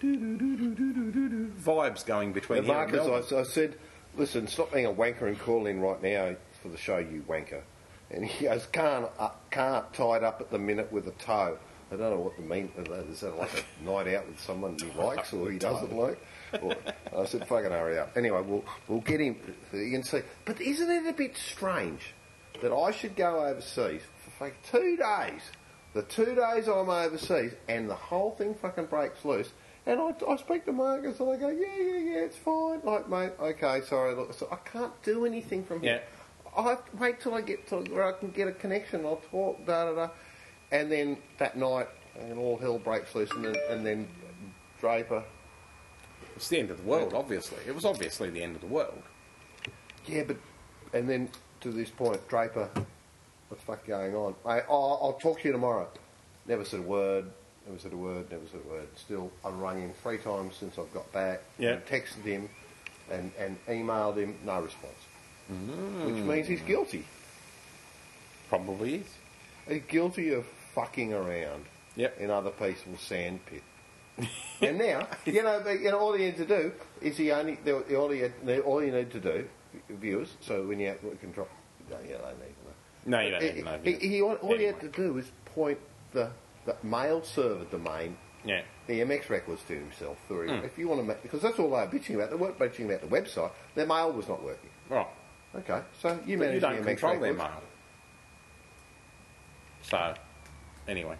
Speaker 8: Do-do-do-do-do-do-do-do. Vibes going between
Speaker 6: And
Speaker 8: here and Melbourne.
Speaker 6: Marcus, I, I said, listen, stop being a wanker and call in right now for the show, you wanker. And he goes, can't, uh, can't tied up at the minute with a toe. I don't know what the mean. Is that like a night out with someone he likes
Speaker 8: <laughs>
Speaker 6: or he doesn't like? Or, I said, "Fucking hurry up." Anyway, we'll we'll get him. You can see. But isn't it a bit strange that I should go overseas for fucking two days? The two days I'm overseas, and the whole thing fucking breaks loose. And I, I speak to Marcus, and I go, "Yeah, yeah, yeah, it's fine." Like, mate, okay, sorry. Look, so I can't do anything from here.
Speaker 8: Yeah.
Speaker 6: I have to wait till I get to where I can get a connection. I'll talk, da da da. And then that night, and all hell breaks loose, and then, and then Draper.
Speaker 8: It's the end of the world, obviously. It was obviously the end of the world.
Speaker 6: Yeah, but and then to this point, Draper, what the fuck going on? I, I'll, I'll talk to you tomorrow. Never said a word. Never said a word. Never said a word. Still, I've rung him three times since I've got back.
Speaker 8: Yeah.
Speaker 6: and Texted him, and and emailed him. No response. Which means he's guilty.
Speaker 8: Probably is.
Speaker 6: He's guilty of fucking around.
Speaker 8: Yep.
Speaker 6: in other people's
Speaker 8: <laughs>
Speaker 6: sandpit. and now, you know, they, you know, all you need to do is the only the, the, all, you, the, all you need to do, viewers. So when you have control, no, you don't need to know.
Speaker 8: No, you don't
Speaker 6: He-
Speaker 8: even know.
Speaker 6: he- he- all you
Speaker 8: Anyway.
Speaker 6: had to do was point the, the mail server domain,
Speaker 8: Yeah.
Speaker 6: the MX records to himself. Through,
Speaker 8: Hmm.
Speaker 6: If you want to, make, because that's all they were bitching about. They weren't bitching about the website. Their mail was not working.
Speaker 8: Right.
Speaker 6: Okay, so you
Speaker 8: But
Speaker 6: manage
Speaker 8: you
Speaker 6: the
Speaker 8: don't
Speaker 6: MX
Speaker 8: control their
Speaker 6: records.
Speaker 8: mail. So, anyway.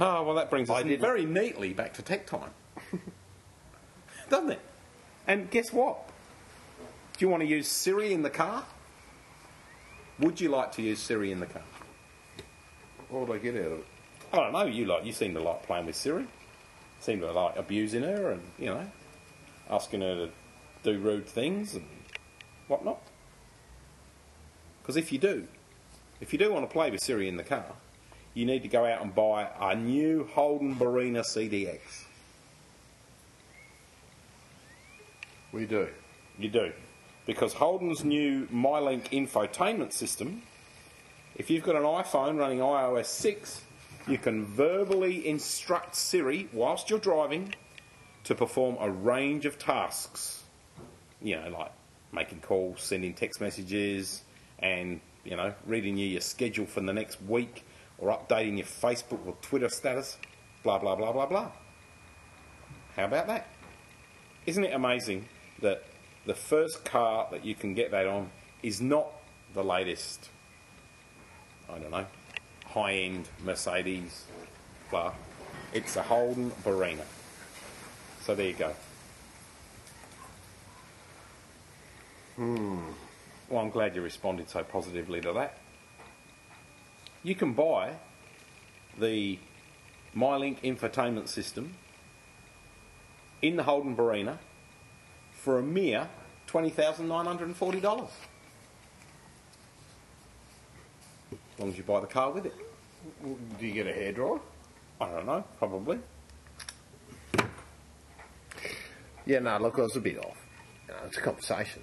Speaker 8: Oh, well, that brings us
Speaker 6: I didn't-
Speaker 8: very neatly back to tech <laughs> time. Doesn't it? And guess what? Do you want to use Siri in the car? Would you like to use Siri in the car?
Speaker 6: What would I get out of it?
Speaker 8: I don't know. You like you seem to like playing with Siri. Seem to like abusing her and you know, asking her to do rude things and whatnot. Because if you do, if you do want to play with Siri in the car, you need to go out and buy a new Holden Barina CDX.
Speaker 6: We do.
Speaker 8: You do. Because Holden's new MyLink infotainment system, if you've got an iPhone running iOS 6, you can verbally instruct Siri whilst you're driving to perform a range of tasks. You know, like making calls, sending text messages, and, you know, reading you your schedule for the next week or updating your Facebook or Twitter status, blah, blah, blah, blah, blah. How about that? Isn't it amazing that the first car that you can get that on is not the latest, I don't know, high end Mercedes, blah. It's a Holden Barina. So there you go. Hmm. Well, I'm glad you responded so positively to that. You can buy the MyLink infotainment system in the Holden Barina for a mere $20,940. As long as you buy the car with it.
Speaker 6: Do you get a hairdryer?
Speaker 8: I don't know, probably.
Speaker 6: Yeah, no, look, I was a bit off. You know, it's a conversation,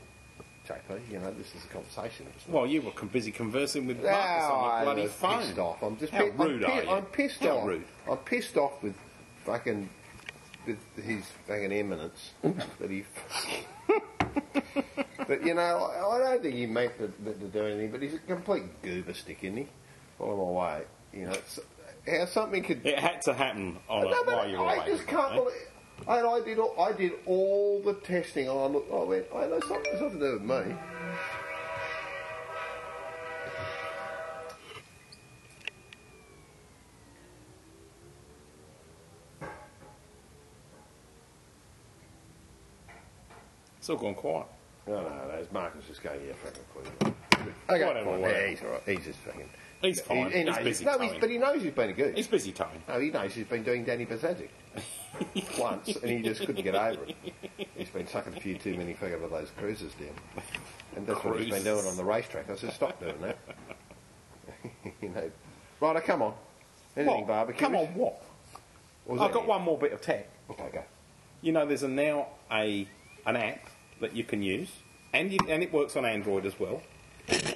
Speaker 6: JP. You know, this is a conversation. It's not-
Speaker 8: Well, you were con- busy conversing with Marcus on
Speaker 6: Ah, I
Speaker 8: the bloody
Speaker 6: was
Speaker 8: phone.
Speaker 6: pissed off. I'm just
Speaker 8: How
Speaker 6: pi-
Speaker 8: rude
Speaker 6: I'm,
Speaker 8: are
Speaker 6: pi-
Speaker 8: you?
Speaker 6: I'm pissed
Speaker 8: How
Speaker 6: off.
Speaker 8: rude.
Speaker 6: I'm pissed off with fucking with his fucking eminence that he. <laughs> but you know, I, I don't think he meant to, to to do anything. But he's a complete goober stick, isn't he? All my way. You know, it's, how something could
Speaker 8: It had to happen on a,
Speaker 6: no, but
Speaker 8: while you were
Speaker 6: I
Speaker 8: away.
Speaker 6: just can't
Speaker 8: eh?
Speaker 6: believe. And I did all I did all the testing, and I looked. I went. Oh, that's not, that's not to do with me.
Speaker 8: It's all gone quiet.
Speaker 6: No, no, no. It's Marcus just going. Yeah, fucking quit. Okay,
Speaker 8: Whatever,
Speaker 6: fine.
Speaker 8: whatever.
Speaker 6: Yeah, he's all right. He's just fucking.
Speaker 8: He's
Speaker 6: He,
Speaker 8: fine.
Speaker 6: he
Speaker 8: he's
Speaker 6: knows-
Speaker 8: busy.
Speaker 6: no,
Speaker 8: towing.
Speaker 6: he's, but he knows he's been a goose.
Speaker 8: He's busy towing.
Speaker 6: no, he knows he's been doing Danny
Speaker 8: <laughs>
Speaker 6: Pathetic once, and he just couldn't get over it. He's been sucking a few too many fucking of those cruisers down, and that's what he's been doing on the racetrack. I said, stop doing that. <laughs> you know, righto, come on. Anything
Speaker 8: What?
Speaker 6: barbecue?
Speaker 8: Come on, what?
Speaker 6: Or was
Speaker 8: I've
Speaker 6: that
Speaker 8: got
Speaker 6: it?
Speaker 8: one more bit of tech.
Speaker 6: Okay, go.
Speaker 8: you know, there's a now a an app that you can use, and you, and it works on Android as well,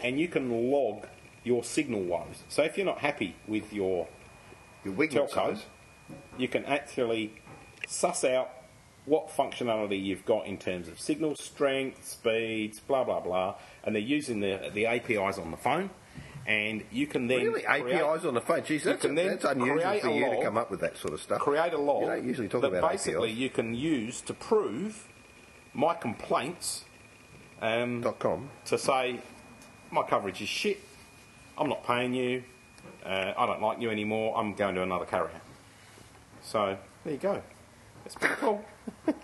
Speaker 8: and you can log your signal woes. So if you're not happy with your
Speaker 6: Your weakness
Speaker 8: telcos,
Speaker 6: is-
Speaker 8: you can actually suss out what functionality you've got in terms of signal strength, speeds, blah blah blah, and they're using the the APIs on the phone, and you can then
Speaker 6: Really,
Speaker 8: create-
Speaker 6: APIs on the phone. Jeez, that's,
Speaker 8: can then
Speaker 6: that's unusual
Speaker 8: create
Speaker 6: for
Speaker 8: a
Speaker 6: you to
Speaker 8: log,
Speaker 6: come up with that sort of stuff.
Speaker 8: create a log
Speaker 6: You don't usually talk
Speaker 8: that
Speaker 6: about
Speaker 8: basically
Speaker 6: APIs.
Speaker 8: you can use to prove my complaints um,
Speaker 6: Dot com.
Speaker 8: to say my coverage is shit. I'm not paying you. Uh, I don't like you anymore. I'm going to another carrier. So there you go. It's pretty cool.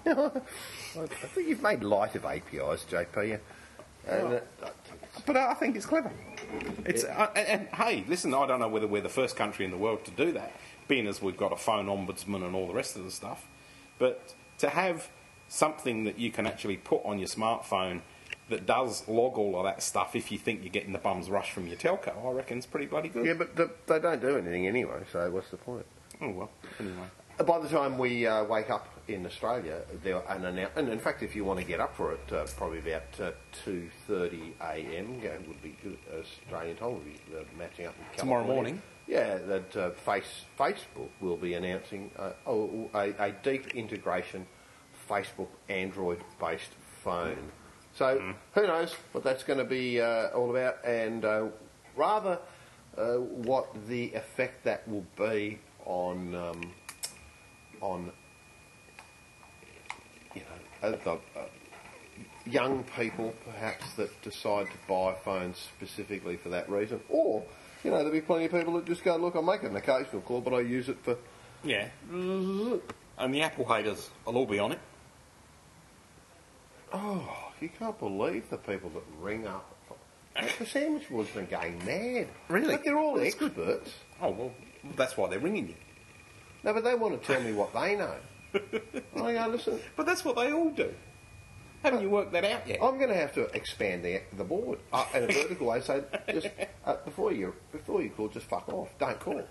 Speaker 6: I think you've made light of APIs, JP. And, uh,
Speaker 8: But I think it's clever. It's uh, and, and hey, listen, I don't know whether we're the first country in the world to do that, being as we've got a phone ombudsman and all the rest of the stuff. But to have something that you can actually put on your smartphone that does log all of that stuff, if you think you're getting the bums rush from your telco, I reckon is pretty bloody good.
Speaker 6: yeah, but the, they don't do anything anyway, so what's the point?
Speaker 8: Oh well, anyway.
Speaker 6: By the time we uh, wake up in Australia, there are an annou- and in fact, if you want to get up for it, uh, probably about uh, two thirty a.m. go- would be good Australian time. Would be uh, matching up with
Speaker 8: Tomorrow
Speaker 6: California.
Speaker 8: morning?
Speaker 6: Yeah, that uh, face, Facebook will be announcing uh, oh, a, a deep integration Facebook Android-based phone. So
Speaker 8: Hmm.
Speaker 6: who knows what that's going to be uh, all about, and uh, rather uh, what the effect that will be on um, on you know, uh, the, uh, young people perhaps that decide to buy phones specifically for that reason, or you know, there'll be plenty of people that just go, look, I make an occasional call, but I use it for.
Speaker 8: Yeah.
Speaker 6: Mm-hmm.
Speaker 8: And the Apple haters will all be on it.
Speaker 6: Oh, you can't believe the people that ring up. The sandwich boys have been going mad.
Speaker 8: Really?
Speaker 6: But they're all
Speaker 8: That's
Speaker 6: experts.
Speaker 8: Oh well, that's why they're ringing you.
Speaker 6: No, but they want to tell me what they
Speaker 8: <laughs>
Speaker 6: know. I go, listen,
Speaker 8: But that's what they all do. Haven't you worked that out yet?
Speaker 6: I'm going to have to expand the the board uh, in a vertical way. So just uh, before you before you call, just fuck off. Don't call.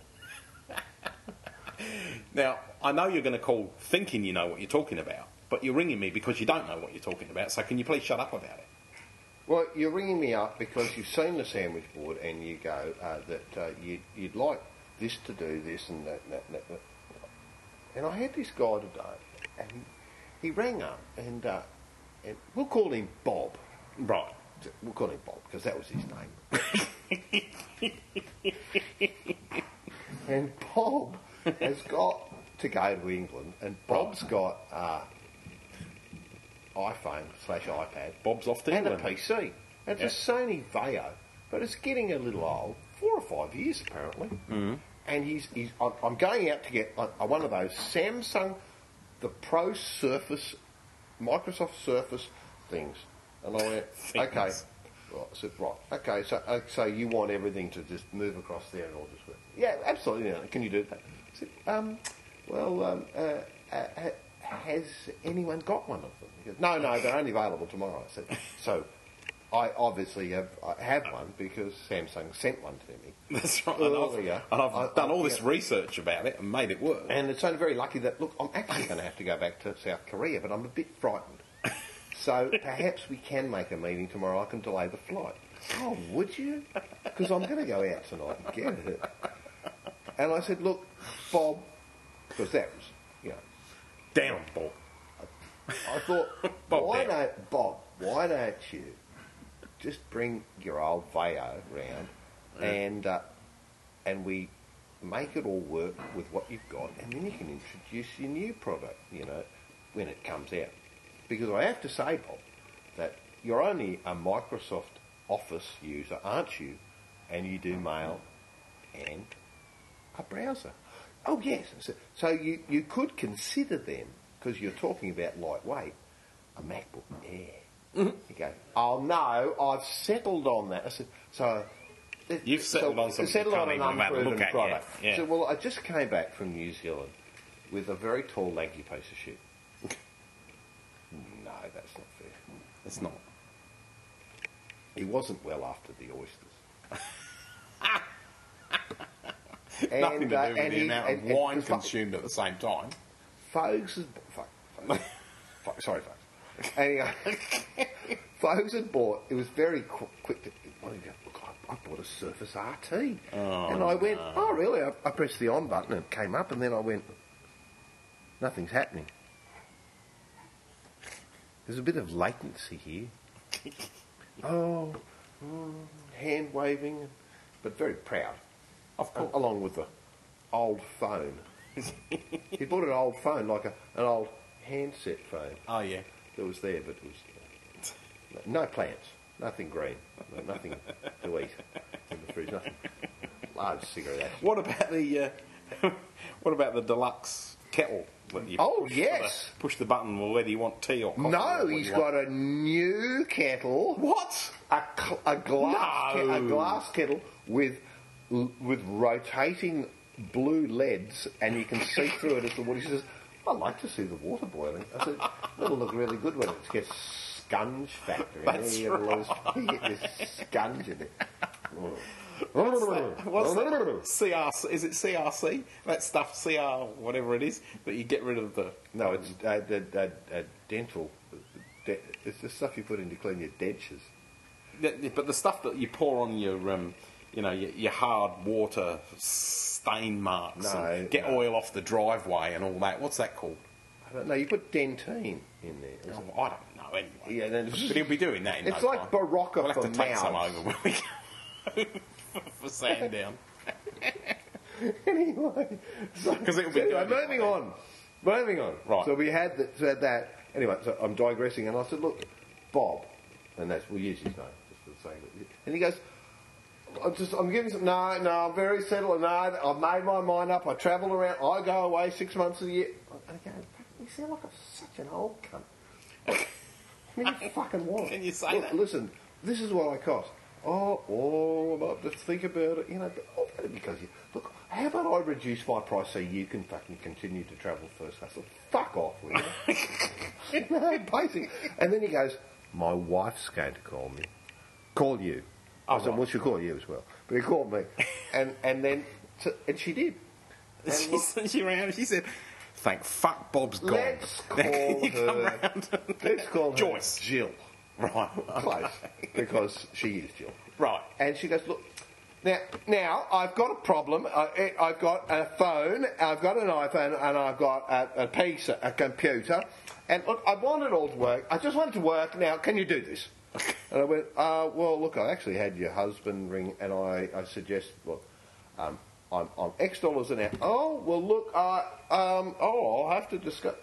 Speaker 8: Now, I know you're going to call thinking you know what you're talking about, but you're ringing me because you don't know what you're talking about, so can you please shut up about it? <laughs>
Speaker 6: Well, you're ringing me up because you've seen the sandwich board and you go uh, that uh, you'd, you'd like this to do this and that, and that, and that, and that. And I had this guy today, and he, he rang up, and, uh, and we'll call him Bob.
Speaker 8: Right.
Speaker 6: We'll call him Bob because that was his name.
Speaker 8: <laughs>
Speaker 6: and Bob has got to go to England, and Bob's got uh, iPhone slash iPad
Speaker 8: Bob's off to
Speaker 6: and a
Speaker 8: England.
Speaker 6: PC. It's
Speaker 8: Yeah.
Speaker 6: a Sony Vaio, but it's getting a little old. Four or five years apparently.
Speaker 8: Mm-hmm.
Speaker 6: Mm. And he's, he's I'm, I'm going out to get a, a, one of those Samsung, the Pro Surface, Microsoft Surface things. And I went,
Speaker 8: Things.
Speaker 6: okay. Right, so, right. Okay, so uh, so you want everything to just move across there and all just work? Yeah, absolutely. yeah, Can you do that? I said, um, well, um, uh, uh, ha- has anyone got one of them? He goes, no, no, they're only available tomorrow. I said, so I obviously have I have one because Samsung sent one to me.
Speaker 8: That's right.
Speaker 6: Well,
Speaker 8: and I've,
Speaker 6: yeah.
Speaker 8: and I've
Speaker 6: I-
Speaker 8: done all
Speaker 6: I-
Speaker 8: this
Speaker 6: yeah.
Speaker 8: research about it and made it work.
Speaker 6: And it's only very lucky that, look, I'm actually going to have to go back to South Korea, but I'm a bit frightened. So perhaps we can make a meeting tomorrow. I can delay the flight. Oh, would you? Because I'm going to go out tonight and get it. And I said, look, Bob, because that was, you know,
Speaker 8: Down, Bob.
Speaker 6: I thought,
Speaker 8: Bob
Speaker 6: why
Speaker 8: down.
Speaker 6: don't Bob? Why don't you just bring your old Veo round and uh, and we make it all work with what you've got, and then you can introduce your new product, you know, when it comes out. Because I have to say, Bob, that you're only a Microsoft Office user, aren't you? And you do mail and a browser. Oh yes, so, so you, you could consider them because you're talking about lightweight, a MacBook Air.
Speaker 8: Mm-hmm.
Speaker 6: You go, oh no, I've settled on that. I said, so it-
Speaker 8: You've settled on something
Speaker 6: settled
Speaker 8: you
Speaker 6: on
Speaker 8: can't
Speaker 6: an
Speaker 8: even have a
Speaker 6: unproven
Speaker 8: look at
Speaker 6: product.
Speaker 8: yet. Yeah.
Speaker 6: So well, I just came back from New Zealand with a very tall, lanky piece of shit. <laughs> no, that's not fair.
Speaker 8: It's not. <laughs>
Speaker 6: He wasn't well after the oysters. and,
Speaker 8: <laughs> Nothing to
Speaker 6: uh,
Speaker 8: do with
Speaker 6: and
Speaker 8: the
Speaker 6: he-
Speaker 8: amount
Speaker 6: and-
Speaker 8: of
Speaker 6: and
Speaker 8: wine
Speaker 6: Fo-
Speaker 8: consumed at the same time.
Speaker 6: Fogues has fuck, fuck, fuck, sorry, folks. Anyway, <laughs> Fogues had bought. It was very qu- quick. To, well, he goes, Look, I, I bought a Surface RT, and I went, oh really? I, I pressed the on button and it came up, and then I went, nothing's happening. There's a bit of latency here. oh, mm, hand waving. but very proud.
Speaker 8: Of
Speaker 6: a- along with the old phone. he bought an old phone, like a, an old handset phone
Speaker 8: Oh, yeah.
Speaker 6: that was there, but it was uh, no plants, nothing green, no- nothing <laughs> to eat in the fridge, nothing. Large cigarette. ash.
Speaker 8: What about the uh, <laughs> what about the deluxe kettle that you
Speaker 6: Oh,
Speaker 8: push for
Speaker 6: yes.
Speaker 8: the, push the button well, whether you want tea or coffee?
Speaker 6: No, he's got a new kettle.
Speaker 8: what?
Speaker 6: a, cl- a glass
Speaker 8: No.
Speaker 6: ke- a glass kettle with with rotating blue LEDs, and you can
Speaker 8: <laughs>
Speaker 6: see through it as the water. He says, "I like to see the water boiling." I said, "That'll look really good when it gets scunge factory.
Speaker 8: That's
Speaker 6: you know, you get all this- you get this scunge in it."
Speaker 8: What's that? CRC? Is it CRC? That stuff, CR, whatever it is, that you get rid of the.
Speaker 6: No, it's uh, the, the, uh, dental. De- it's the stuff you put in to clean your dentures.
Speaker 8: the- the- But the stuff that you pour on your, um, you know, your, your hard water stain marks
Speaker 6: No,
Speaker 8: and get
Speaker 6: no.
Speaker 8: oil off the driveway and all that. What's that called?
Speaker 6: I don't know. You put dentine in there.
Speaker 8: Oh, I don't know anyway.
Speaker 6: Yeah, then
Speaker 8: but he'll be doing that. In
Speaker 6: It's
Speaker 8: no
Speaker 6: like
Speaker 8: time.
Speaker 6: Barocca
Speaker 8: We'll have
Speaker 6: for
Speaker 8: to take some
Speaker 6: mouths.
Speaker 8: over when we go <laughs> for Sandown.
Speaker 6: <laughs> anyway, so,
Speaker 8: 'Cause it'll be
Speaker 6: anyway,
Speaker 8: going
Speaker 6: moving
Speaker 8: away.
Speaker 6: on, moving on.
Speaker 8: Right.
Speaker 6: So we had that, said that. Anyway, so I'm digressing, and I said, "Look, Bob," and that's we'll use his name just for the sake of it. And he goes, "I'm just, I'm giving some. No, no, I'm very settled. No, I've made my mind up. I travel around. I go away six months of the year." And I go, "You sound like a, such an old cunt." What do you fucking want?
Speaker 8: Can you say
Speaker 6: Look,
Speaker 8: that?
Speaker 6: Listen, this is what I cost. Oh, oh, I'll have to think about it. You know, but all that because you look. How about I reduce my price so you can fucking continue to travel first class? Well, Fuck off, will you? <laughs> no,
Speaker 8: <laughs>
Speaker 6: basic. And then he goes, "My wife's going to call me. Call you."
Speaker 8: Oh,
Speaker 6: I said, "Well, she'll call you as well." But he called me, and and then so- and she did.
Speaker 8: <laughs>
Speaker 6: And
Speaker 8: she,
Speaker 6: look,
Speaker 8: said- she ran. She said, "Thank fuck, Bob's gone." <laughs>
Speaker 6: let's
Speaker 8: Now, can
Speaker 6: call
Speaker 8: you come
Speaker 6: her.
Speaker 8: round? <laughs>
Speaker 6: Let's call her
Speaker 8: Joyce.
Speaker 6: Jill.
Speaker 8: Right, <laughs>
Speaker 6: Close, because she is Jill.
Speaker 8: right.
Speaker 6: And she goes, look, now, now I've got a problem. I, I- I've got a phone, I've got an iPhone, and I've got a, a piece, a computer. And look, I want it all to work. I just want it to work. Now, can you do this? And I went, uh, well, look, I actually had your husband ring, and I, I suggested, look, um, I'm, I'm X dollars an hour. Oh, well, look, uh, um, oh, I'll have to discuss.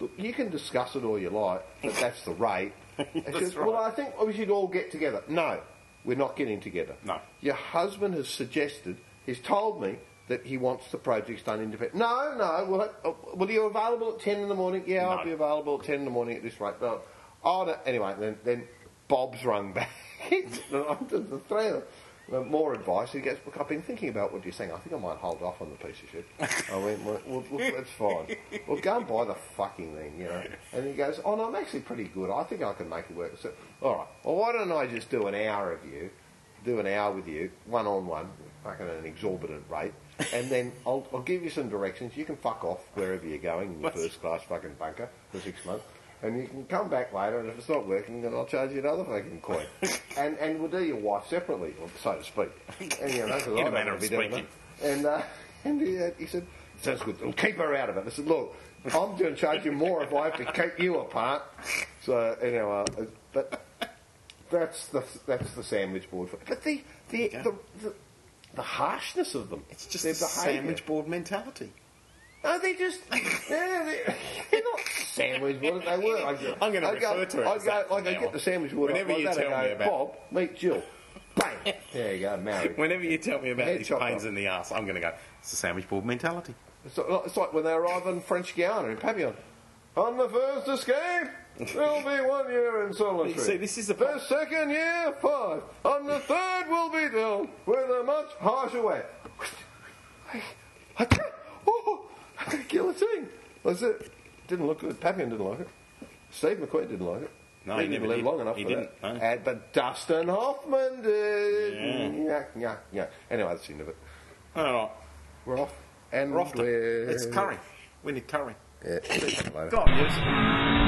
Speaker 6: Look, you can discuss it all you like, but that's the rate. And she goes, Well, I think we should all get together. No, we're not getting together.
Speaker 8: No.
Speaker 6: Your husband has suggested, he's told me that he wants the projects done independently. No, no, well, uh, well, are you available at 10 in the morning? Yeah,
Speaker 8: No.
Speaker 6: I'll be available at 10 in the morning at this rate. But, oh, no. Anyway, then, then Bob's rung back. <laughs> the three of them. Well, More advice. He goes, Look, I've been thinking about what you're saying. I think I might hold off on the piece of shit. I went, Well, well look, that's fine. Well, go and buy the fucking thing, you know. And he goes, Oh, no, I'm actually pretty good. I think I can make it work. So, all right. Well, why don't I just do an hour of you, do an hour with you, one on one, fucking at an exorbitant rate, and then I'll, I'll give you some directions. You can fuck off wherever you're going in your first class fucking bunker for six months and you can come back later, and if it's not working, then I'll charge you another fucking
Speaker 8: <laughs>
Speaker 6: coin. and and we'll do your wife separately, or so to speak. And, you know, 'cause
Speaker 8: <laughs> In
Speaker 6: I
Speaker 8: a
Speaker 6: don't
Speaker 8: manner
Speaker 6: wanna
Speaker 8: of
Speaker 6: be doing
Speaker 8: speaking.
Speaker 6: that. And, uh, <laughs> and he, uh, he said, sounds good, we'll keep her out of it. I said, look, I'm going to charge you more if I have to keep you apart. So, anyway, uh, but that's the, that's the sandwich board. For, but the, the,
Speaker 8: There you
Speaker 6: the,
Speaker 8: go.
Speaker 6: the, the harshness of them.
Speaker 8: It's just
Speaker 6: their
Speaker 8: a
Speaker 6: behaviour.
Speaker 8: sandwich board mentality.
Speaker 6: No, they
Speaker 8: <laughs>
Speaker 6: just. yeah, they, they're not sandwich water. They were. I go,
Speaker 8: I'm gonna
Speaker 6: I
Speaker 8: refer to it
Speaker 6: I
Speaker 8: as
Speaker 6: go,
Speaker 8: that
Speaker 6: like,
Speaker 8: from
Speaker 6: I
Speaker 8: now
Speaker 6: get
Speaker 8: on.
Speaker 6: the sandwich water.
Speaker 8: Whenever
Speaker 6: like
Speaker 8: you
Speaker 6: that, I
Speaker 8: tell me
Speaker 6: go,
Speaker 8: about-
Speaker 6: Bob, meet Jill.
Speaker 8: <laughs>
Speaker 6: Bang. there you go. Married.
Speaker 8: Whenever you tell me about
Speaker 6: Head
Speaker 8: these
Speaker 6: chop
Speaker 8: pains
Speaker 6: off.
Speaker 8: in the ass, I'm going to go. It's a sandwich board mentality.
Speaker 6: It's, like, uh, it's like when they arrive in French Guiana in Papillon. On the first escape, there'll be one year in solitary.
Speaker 8: See, this is the
Speaker 6: The
Speaker 8: pro-
Speaker 6: second year, five. On the third, we'll be dealt with a much harsher way. I, I can't. Oh, I got a guillotine. That's it. Didn't look good. Papillon didn't like it. Steve McQueen didn't like it.
Speaker 8: No, he
Speaker 6: didn't
Speaker 8: never
Speaker 6: live
Speaker 8: did.
Speaker 6: long enough
Speaker 8: He
Speaker 6: for
Speaker 8: didn't,
Speaker 6: that.
Speaker 8: no.
Speaker 6: And, but Dustin Hoffman did.
Speaker 8: Yeah.
Speaker 6: Yuck, yuck, yuck. Anyway, that's the end of it.
Speaker 8: All right,
Speaker 6: We're off. And
Speaker 8: we're off. To,
Speaker 6: we're-
Speaker 8: it's curry. We need curry.
Speaker 6: Yeah, see you later.
Speaker 8: God, yes.